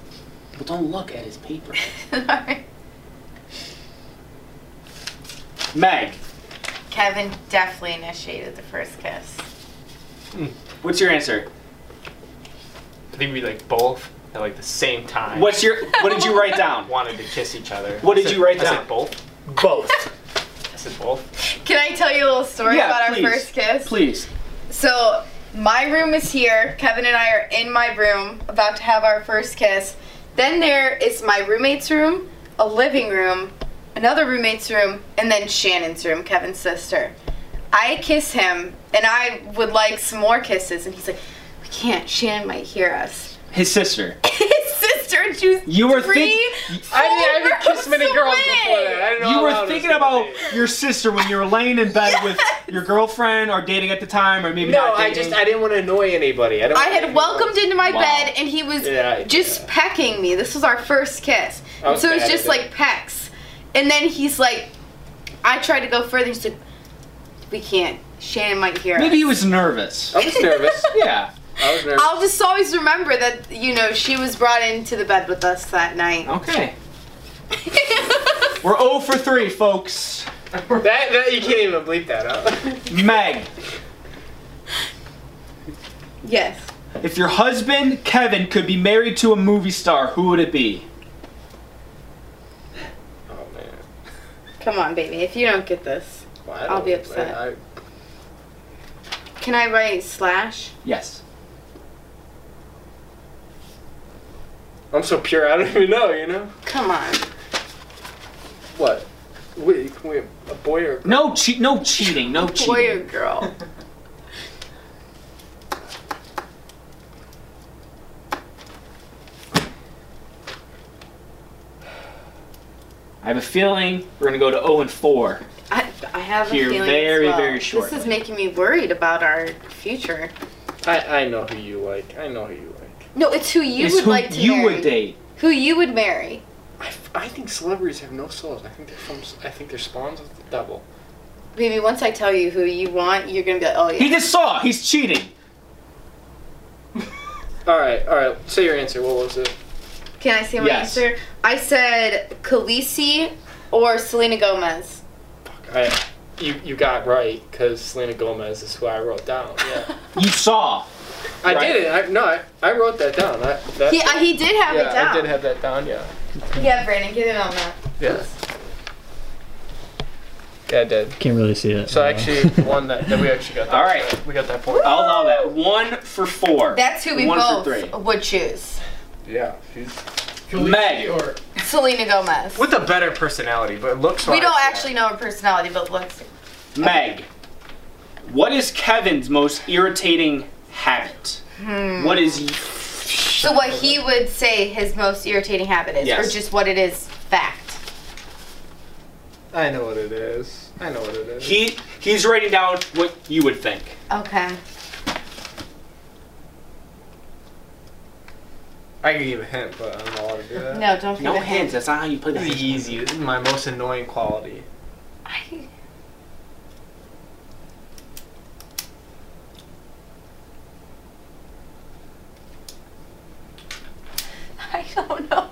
Speaker 1: Well, don't look at his paper.
Speaker 3: Alright.
Speaker 1: Meg,
Speaker 3: Kevin definitely initiated the first kiss.
Speaker 1: what's your answer?
Speaker 10: I think we like both at like the same time.
Speaker 1: What's your? What did you write down?
Speaker 10: wanted to kiss each other.
Speaker 1: What did
Speaker 10: I said-
Speaker 1: you write
Speaker 10: I
Speaker 1: down?
Speaker 10: said both.
Speaker 1: Both.
Speaker 10: I said both.
Speaker 3: Can I tell you a little story
Speaker 1: Yeah,
Speaker 3: about
Speaker 1: please.
Speaker 3: our first kiss?
Speaker 1: Please.
Speaker 3: So my room is here. Kevin and I are in my room, about to have our first kiss. Then there is my roommate's room, a living room, another roommate's room, and then Shannon's room, Kevin's sister. I kiss him, and I would like some more kisses, and he's like, "We can't. Shannon might hear us."
Speaker 1: His sister.
Speaker 3: His sister, she was
Speaker 1: You were
Speaker 3: three.
Speaker 1: thinking.
Speaker 10: I didn't, I didn't kiss many
Speaker 3: Four
Speaker 10: girls
Speaker 3: away.
Speaker 10: before that. I didn't know
Speaker 1: You
Speaker 10: how
Speaker 1: were
Speaker 10: loud it was
Speaker 1: thinking
Speaker 10: gonna
Speaker 1: about
Speaker 10: be.
Speaker 1: your sister when you were laying in bed with your girlfriend or dating at the time, or maybe
Speaker 10: No,
Speaker 1: not
Speaker 10: I
Speaker 1: dating.
Speaker 10: just I didn't want to annoy anybody. I, don't
Speaker 3: I had welcomed into my
Speaker 1: Wow.
Speaker 3: bed and he was
Speaker 10: Yeah, I-
Speaker 3: just
Speaker 10: yeah.
Speaker 3: pecking me. This was our first kiss.
Speaker 10: I was
Speaker 3: so it was
Speaker 10: bad at
Speaker 3: just
Speaker 10: it.
Speaker 3: like pecks. And then he's like, I tried to go further. He's like, we can't. Shannon might hear
Speaker 1: Maybe he
Speaker 3: us.
Speaker 1: was nervous.
Speaker 10: I was nervous.
Speaker 1: Yeah.
Speaker 10: I was nervous.
Speaker 3: I'll just always remember that, you know, she was brought into the bed with us that night.
Speaker 10: Oh.
Speaker 1: Okay. We're 0 for 3, folks.
Speaker 10: That, that you can't even bleep that out.
Speaker 1: Meg,
Speaker 3: yes.
Speaker 1: if your husband, Kevin, could be married to a movie star, who would it be?
Speaker 10: Oh man.
Speaker 3: Come on, baby. If you don't get this,
Speaker 10: Well, I
Speaker 3: I'll
Speaker 10: don't-
Speaker 3: be upset.
Speaker 10: I, I,
Speaker 3: can I write slash?
Speaker 1: Yes.
Speaker 10: I'm so pure. I don't even know. You know
Speaker 3: Come on.
Speaker 10: what? Wait, can we a boy or?
Speaker 1: No che- no cheating, no
Speaker 3: Boy
Speaker 1: cheating.
Speaker 3: or girl?
Speaker 1: I have a feeling we're going to go to 0 and 4.
Speaker 3: I, I have
Speaker 1: Here
Speaker 3: a feeling. as
Speaker 1: very,
Speaker 3: well.
Speaker 1: very
Speaker 3: This
Speaker 1: shortly.
Speaker 3: is making me worried about our future.
Speaker 10: I I know who you like. I know who you like.
Speaker 3: No, it's who you
Speaker 1: It's
Speaker 3: would
Speaker 1: who
Speaker 3: like to
Speaker 1: you
Speaker 3: marry.
Speaker 1: would date.
Speaker 3: Who you would marry.
Speaker 10: I, f- I think celebrities have no souls. I think they're from. s- I think they're spawns of the devil.
Speaker 3: Baby, once I tell you who you want, you're gonna be like, oh
Speaker 1: He
Speaker 3: yeah.
Speaker 1: just saw. He's cheating.
Speaker 10: All right, all right. Say your answer. What was it?
Speaker 3: Can I say my
Speaker 1: Yes.
Speaker 3: answer? I said Khaleesi or Selena Gomez.
Speaker 10: Fuck. I you, you got right because Selena Gomez is who I wrote down. Yeah,
Speaker 1: You saw.
Speaker 10: I
Speaker 1: Right.
Speaker 10: did it. I, no, I, I wrote that down. I, that,
Speaker 3: He, uh, he did have
Speaker 10: yeah,
Speaker 3: it down.
Speaker 10: I did have that down. Yeah,
Speaker 3: Yeah, Brandon, get it on that.
Speaker 10: yeah, yeah, I did.
Speaker 2: Can't really see it.
Speaker 10: So
Speaker 2: Uh,
Speaker 10: I actually won that. that we actually got that.
Speaker 1: All right.
Speaker 10: we got that point.
Speaker 1: I'll allow that. One for four.
Speaker 3: That's who we
Speaker 1: One for
Speaker 3: both
Speaker 1: three.
Speaker 3: would choose.
Speaker 10: Yeah, she's
Speaker 1: Meg.
Speaker 10: or
Speaker 3: Selena Gomez.
Speaker 10: with a better personality, but looks.
Speaker 3: we don't
Speaker 10: wise, yeah.
Speaker 3: actually know her personality, but let's.
Speaker 1: Meg, what is Kevin's most irritating habit?
Speaker 3: Hmm.
Speaker 1: What is
Speaker 3: So what he would say his most irritating habit is, or
Speaker 1: Yes.
Speaker 3: just what it is fact.
Speaker 10: I know what it is. I know what it is.
Speaker 1: he? He's writing down what you would think.
Speaker 3: Okay.
Speaker 10: I could give a hint, but I don't know how to do that.
Speaker 3: No, don't
Speaker 1: No
Speaker 3: forget
Speaker 1: hints. That's not how you play
Speaker 10: This
Speaker 1: the
Speaker 10: is easy. This is my most annoying quality.
Speaker 3: I- I don't know.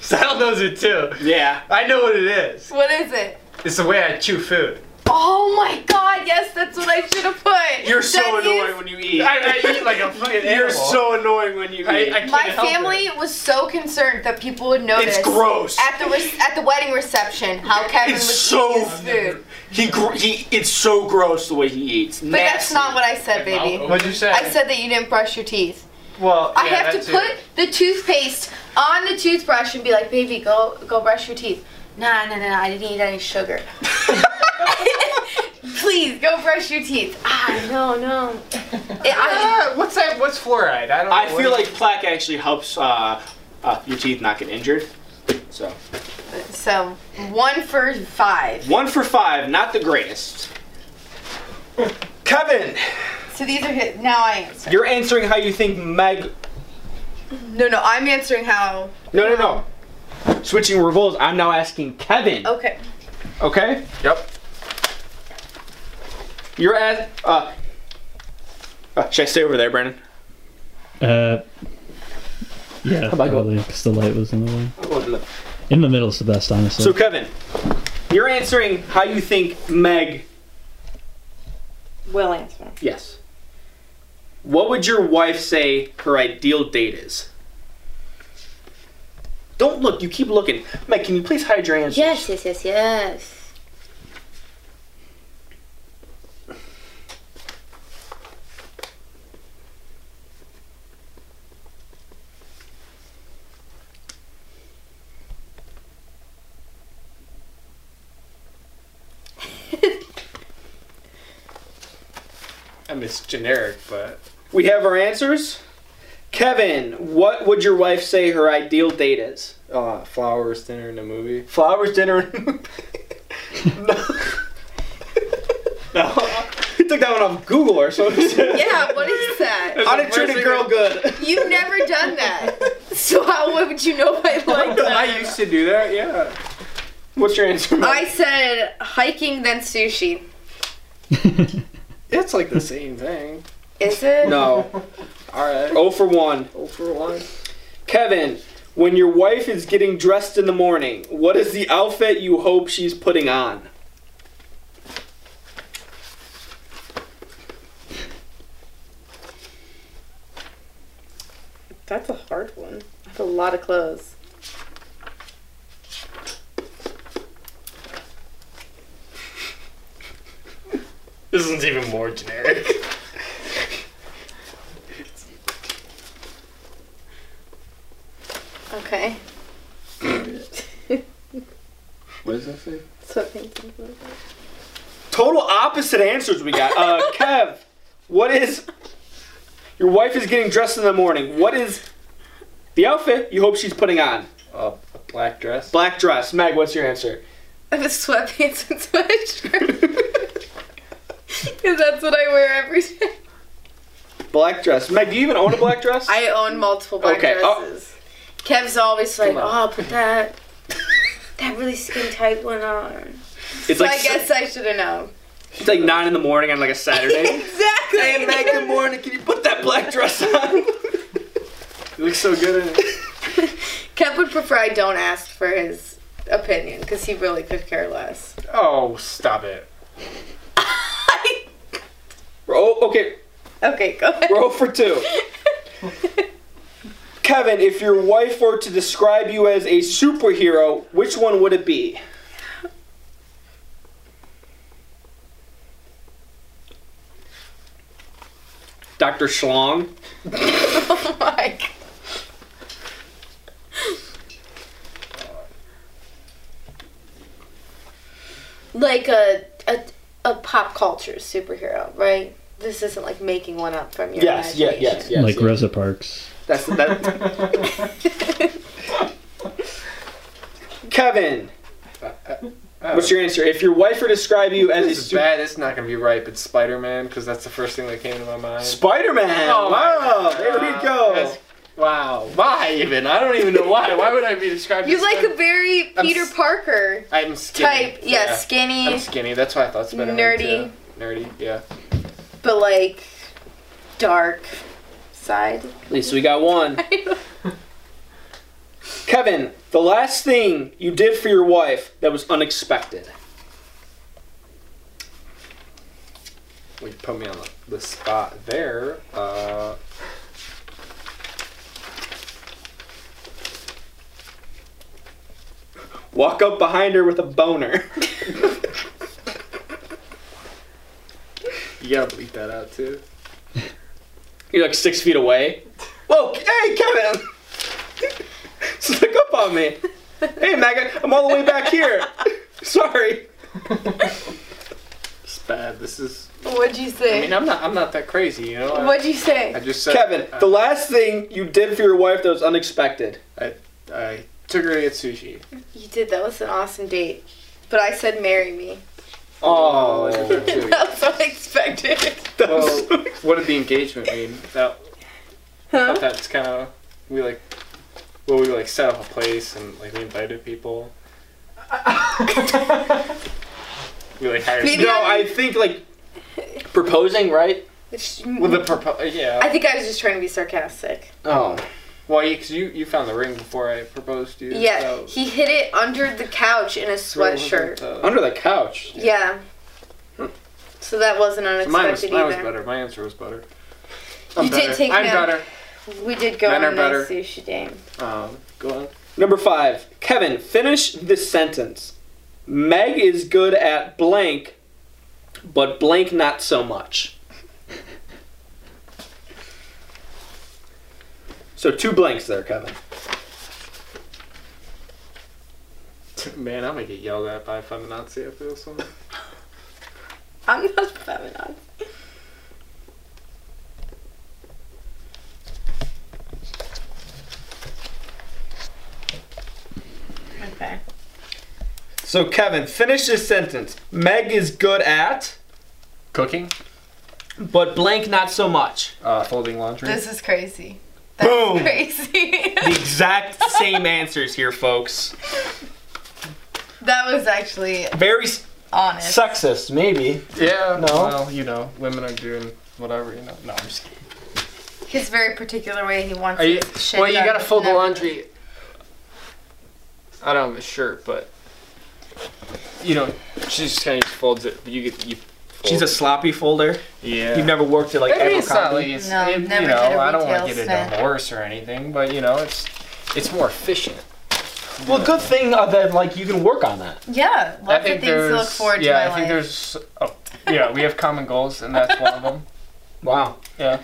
Speaker 10: Sal knows it too.
Speaker 1: Yeah.
Speaker 10: I know what it is.
Speaker 3: What is it?
Speaker 10: It's the way I chew food.
Speaker 3: Oh my god, yes, that's what I should have put.
Speaker 1: You're so
Speaker 3: That is-
Speaker 1: annoying when you eat.
Speaker 10: I, I eat like a fucking animal.
Speaker 1: You're so annoying when you eat.
Speaker 10: I, I can't
Speaker 3: My
Speaker 10: help
Speaker 3: family
Speaker 10: It.
Speaker 3: was so concerned that people would notice
Speaker 1: it's gross.
Speaker 3: at the re- at the wedding reception how Kevin
Speaker 1: It's
Speaker 3: was
Speaker 1: so-
Speaker 3: eating his food.
Speaker 1: He gr- he. It's so gross the way he eats.
Speaker 3: But that's not what I said, baby.
Speaker 10: What'd you say?
Speaker 3: I said that you didn't brush your teeth.
Speaker 10: Well,
Speaker 3: I
Speaker 10: yeah,
Speaker 3: have
Speaker 10: that
Speaker 3: to
Speaker 10: too.
Speaker 3: put the toothpaste on the toothbrush and be like, "Baby, go go brush your teeth." Nah, nah, nah. I didn't eat any sugar. Please go brush your teeth. Ah, no, no. It- I-
Speaker 10: Ah, what's that? What's fluoride? I don't. know.
Speaker 1: I
Speaker 10: what
Speaker 1: feel
Speaker 10: it-
Speaker 1: like plaque actually helps uh, uh, your teeth not get injured. So
Speaker 3: so one for five.
Speaker 1: one for five, not the greatest. Kevin,
Speaker 3: So these are his, now I answer.
Speaker 1: you're answering how you think Meg.
Speaker 3: No, no, I'm answering how.
Speaker 1: No, no, no. Switching revolts. I'm now asking Kevin.
Speaker 3: Okay.
Speaker 1: Okay.
Speaker 10: Yep.
Speaker 1: You're as. Uh, uh, should I stay over there, Brandon?
Speaker 2: Uh, yeah,
Speaker 1: about
Speaker 2: probably because the light was in the way.
Speaker 1: So
Speaker 2: In the middle is the best, honestly.
Speaker 1: Kevin, you're answering how you think Meg.
Speaker 3: Will answer.
Speaker 1: Yes. What would your wife say her ideal date is? Don't look. You keep looking. Meg, can you please hide your answers?
Speaker 3: yes, yes, yes.
Speaker 10: I mean, it's generic, but
Speaker 1: We have our answers. Kevin, what would your wife say her ideal date is?
Speaker 10: uh, flowers, dinner, and a movie.
Speaker 1: Flowers, dinner. no. no. You took that one off Google or something.
Speaker 3: Yeah, what is that?
Speaker 1: How to treat a girl good.
Speaker 3: You've never done that. So how would you know I like that?
Speaker 10: I used to do that. Yeah.
Speaker 1: What's your answer? Meg?
Speaker 3: I said hiking then sushi.
Speaker 10: It's like the same thing.
Speaker 3: Is it?
Speaker 1: no.
Speaker 10: All right.
Speaker 1: Oh for 1.
Speaker 10: Oh, for one.
Speaker 1: Kevin, when your wife is getting dressed in the morning, what is the outfit you hope she's putting on?
Speaker 3: That's a hard one. I have a lot of clothes.
Speaker 10: This one's even more generic.
Speaker 3: Okay.
Speaker 10: what does that say?
Speaker 3: So thank you.
Speaker 1: Total opposite answers we got. Uh, Kev, what is. Your wife is getting dressed in the morning. What is the outfit you hope she's putting on?
Speaker 10: Uh, a black dress.
Speaker 1: Black dress. Meg, what's your answer?
Speaker 3: I have a sweatpants and sweatshirt. Because that's what I wear every day.
Speaker 1: Black dress. Meg, do you even own a black dress?
Speaker 3: I own multiple black
Speaker 1: Okay, oh.
Speaker 3: dresses. Kev's always like,
Speaker 10: Come
Speaker 3: oh,
Speaker 10: on.
Speaker 3: I'll put that that really skin tight one on.
Speaker 1: it's
Speaker 3: So
Speaker 1: like
Speaker 3: I guess I should have known.
Speaker 1: it's like nine in the morning on like a Saturday.
Speaker 3: Exactly.
Speaker 1: hey Meg, good morning. Can you put that black dress on? You look so good in it.
Speaker 3: Kev would prefer I don't ask for his opinion because he really could care less.
Speaker 1: Oh, stop it. We're oh, okay.
Speaker 3: Okay, go ahead.
Speaker 1: Roll for two. Kevin, if your wife were to describe you as a superhero, which one would it be? Dr. Schlong?
Speaker 3: Oh my God. Like a, a a pop culture superhero, right? This isn't like making one up from your
Speaker 1: Yes, yes,
Speaker 3: imagination.
Speaker 1: yes, yes.
Speaker 2: like
Speaker 1: yes.
Speaker 2: Rosa Parks.
Speaker 1: That's that. Kevin, uh, what's your answer? If your wife were to describe you as a
Speaker 10: This is
Speaker 1: super-
Speaker 10: bad. It's not gonna be right, but Spider Man, because that's the first thing that came to my mind.
Speaker 1: Spider-Man.
Speaker 10: Oh,
Speaker 1: wow, there we
Speaker 10: God.
Speaker 1: go.
Speaker 10: That's- wow. Why even? I don't even know why. Why would I be described?
Speaker 3: You
Speaker 10: as
Speaker 3: like
Speaker 10: Spider-
Speaker 3: a very
Speaker 10: I'm
Speaker 3: Peter
Speaker 10: s-
Speaker 3: Parker
Speaker 10: I'm skinny.
Speaker 3: type, yeah,
Speaker 10: Yeah. I'm
Speaker 3: skinny,
Speaker 10: skinny. That's why I thought Spider Man.
Speaker 3: Nerdy.
Speaker 10: Nerdy. Yeah.
Speaker 3: but like dark side.
Speaker 1: At least we got one. Kevin, the last thing you did for your wife that was unexpected.
Speaker 10: Well, you put me on the, the spot there. Uh,
Speaker 1: Walk up behind her with a boner.
Speaker 10: you gotta bleep that out too.
Speaker 1: You're like six feet away. Whoa, hey, Kevin! Stick up on me. Hey, Megan, I'm all the way back here. Sorry.
Speaker 10: It's bad. This is.
Speaker 3: What'd you
Speaker 10: I
Speaker 3: say?
Speaker 10: mean, I'm not. I'm not that crazy. You know. I-
Speaker 3: What'd you
Speaker 10: I
Speaker 3: say?
Speaker 10: just said.
Speaker 1: Kevin,
Speaker 10: I,
Speaker 1: the last thing you did for your wife that was unexpected.
Speaker 10: I took her to get sushi.
Speaker 3: You did. That was an awesome date. But I said, marry me.
Speaker 1: Oh,
Speaker 3: That was unexpected.
Speaker 1: that
Speaker 10: well,
Speaker 1: was-
Speaker 10: what did the engagement mean? That
Speaker 3: Huh?
Speaker 10: thought that's kind of we like. Well, we like set up a place and like we invited people. we like hired.
Speaker 3: Maybe
Speaker 1: no, I think like proposing, right?
Speaker 3: It's-
Speaker 10: Well, the propo- yeah.
Speaker 3: mm, I think I was just trying to be sarcastic.
Speaker 1: Oh,
Speaker 10: Well, you, cause you you found the ring before I proposed to you.
Speaker 3: Yeah,
Speaker 10: so-
Speaker 3: he hid it under the couch in a sweatshirt.
Speaker 10: Uh,
Speaker 1: under the couch.
Speaker 3: Yeah. So that wasn't
Speaker 10: mine was,
Speaker 3: unexpected
Speaker 10: mine was
Speaker 3: either.
Speaker 10: better. My answer was better.
Speaker 3: You did
Speaker 10: better.
Speaker 3: take
Speaker 10: I'm
Speaker 3: me out.
Speaker 10: better.
Speaker 3: We did go on
Speaker 10: Men are
Speaker 3: a nice
Speaker 10: better.
Speaker 3: sushi date.
Speaker 10: Um, go on.
Speaker 1: Number five, Kevin, finish this sentence. Meg is good at blank, but blank not so much. So two blanks there, Kevin.
Speaker 10: Man, I'm gonna get yelled at by a feminazi after this one.
Speaker 3: I'm not a feminist. Okay.
Speaker 1: So Kevin, finish this sentence. Meg is good at,
Speaker 10: Cooking,
Speaker 1: but blank not so much.
Speaker 10: uh, folding laundry.
Speaker 3: This is crazy. That's
Speaker 1: Boom.
Speaker 3: crazy.
Speaker 1: The exact same answers here, folks.
Speaker 3: that was actually
Speaker 1: Very s-
Speaker 3: honest.
Speaker 1: sexist, maybe.
Speaker 10: yeah.
Speaker 1: No.
Speaker 10: Well, you know, women are doing whatever. You know. No, I'm just kidding.
Speaker 3: His very particular way he wants
Speaker 10: Are you,
Speaker 3: his shit
Speaker 10: well, you
Speaker 3: done.
Speaker 10: gotta fold the
Speaker 3: Never-
Speaker 10: laundry. I don't have a shirt, but you know, she just kind of just folds it. You get you. Fold.
Speaker 1: She's a sloppy folder.
Speaker 10: yeah.
Speaker 1: You've never worked at like
Speaker 10: I mean,
Speaker 1: Echo
Speaker 10: it's not like
Speaker 1: Copy.
Speaker 10: it's,
Speaker 3: No,
Speaker 10: it-
Speaker 3: never
Speaker 10: you know,
Speaker 3: did a
Speaker 10: I don't want
Speaker 3: retail
Speaker 10: to get
Speaker 3: set.
Speaker 10: a divorce or anything, but you know, it's it's more efficient.
Speaker 1: Well, good thing uh, that like you can work on that.
Speaker 3: Yeah,
Speaker 10: I
Speaker 3: lots of
Speaker 10: think
Speaker 3: things to look
Speaker 10: there's-
Speaker 3: forward
Speaker 10: yeah, I
Speaker 3: to in my life.
Speaker 10: think there's oh, yeah, we have common goals, and that's one of them.
Speaker 1: Wow.
Speaker 10: Yeah.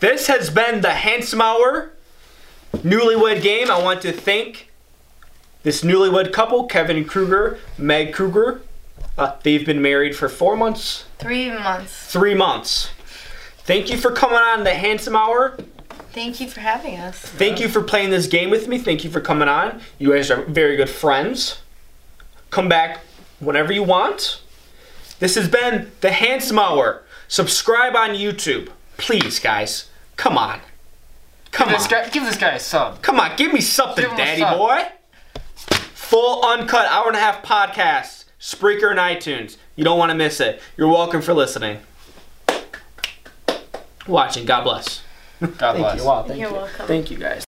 Speaker 1: This has been the Handsome Hour newlywed game. I want to thank this newlywed couple, Kevin Kruger, Meg Kruger. Uh, they've been married for four months,
Speaker 3: Three months.
Speaker 1: three months. Thank you for coming on the Handsome Hour.
Speaker 3: Thank you for having us.
Speaker 1: Thank you for playing this game with me. Thank you for coming on. You guys are very good friends. Come back whenever you want. This has been the Handsome Hour. Subscribe on YouTube, please, guys. Come on, come on.
Speaker 10: This guy, give this guy a sub.
Speaker 1: Come on, give me something,
Speaker 10: Give him a
Speaker 1: daddy
Speaker 10: sub.
Speaker 1: boy. Full uncut hour and a half podcast, Spreaker and iTunes. You don't want to miss it. You're welcome for listening. Watching. God bless.
Speaker 11: God bless.
Speaker 10: You. Wow, thank
Speaker 12: You're
Speaker 10: you.
Speaker 12: welcome.
Speaker 10: Thank you guys.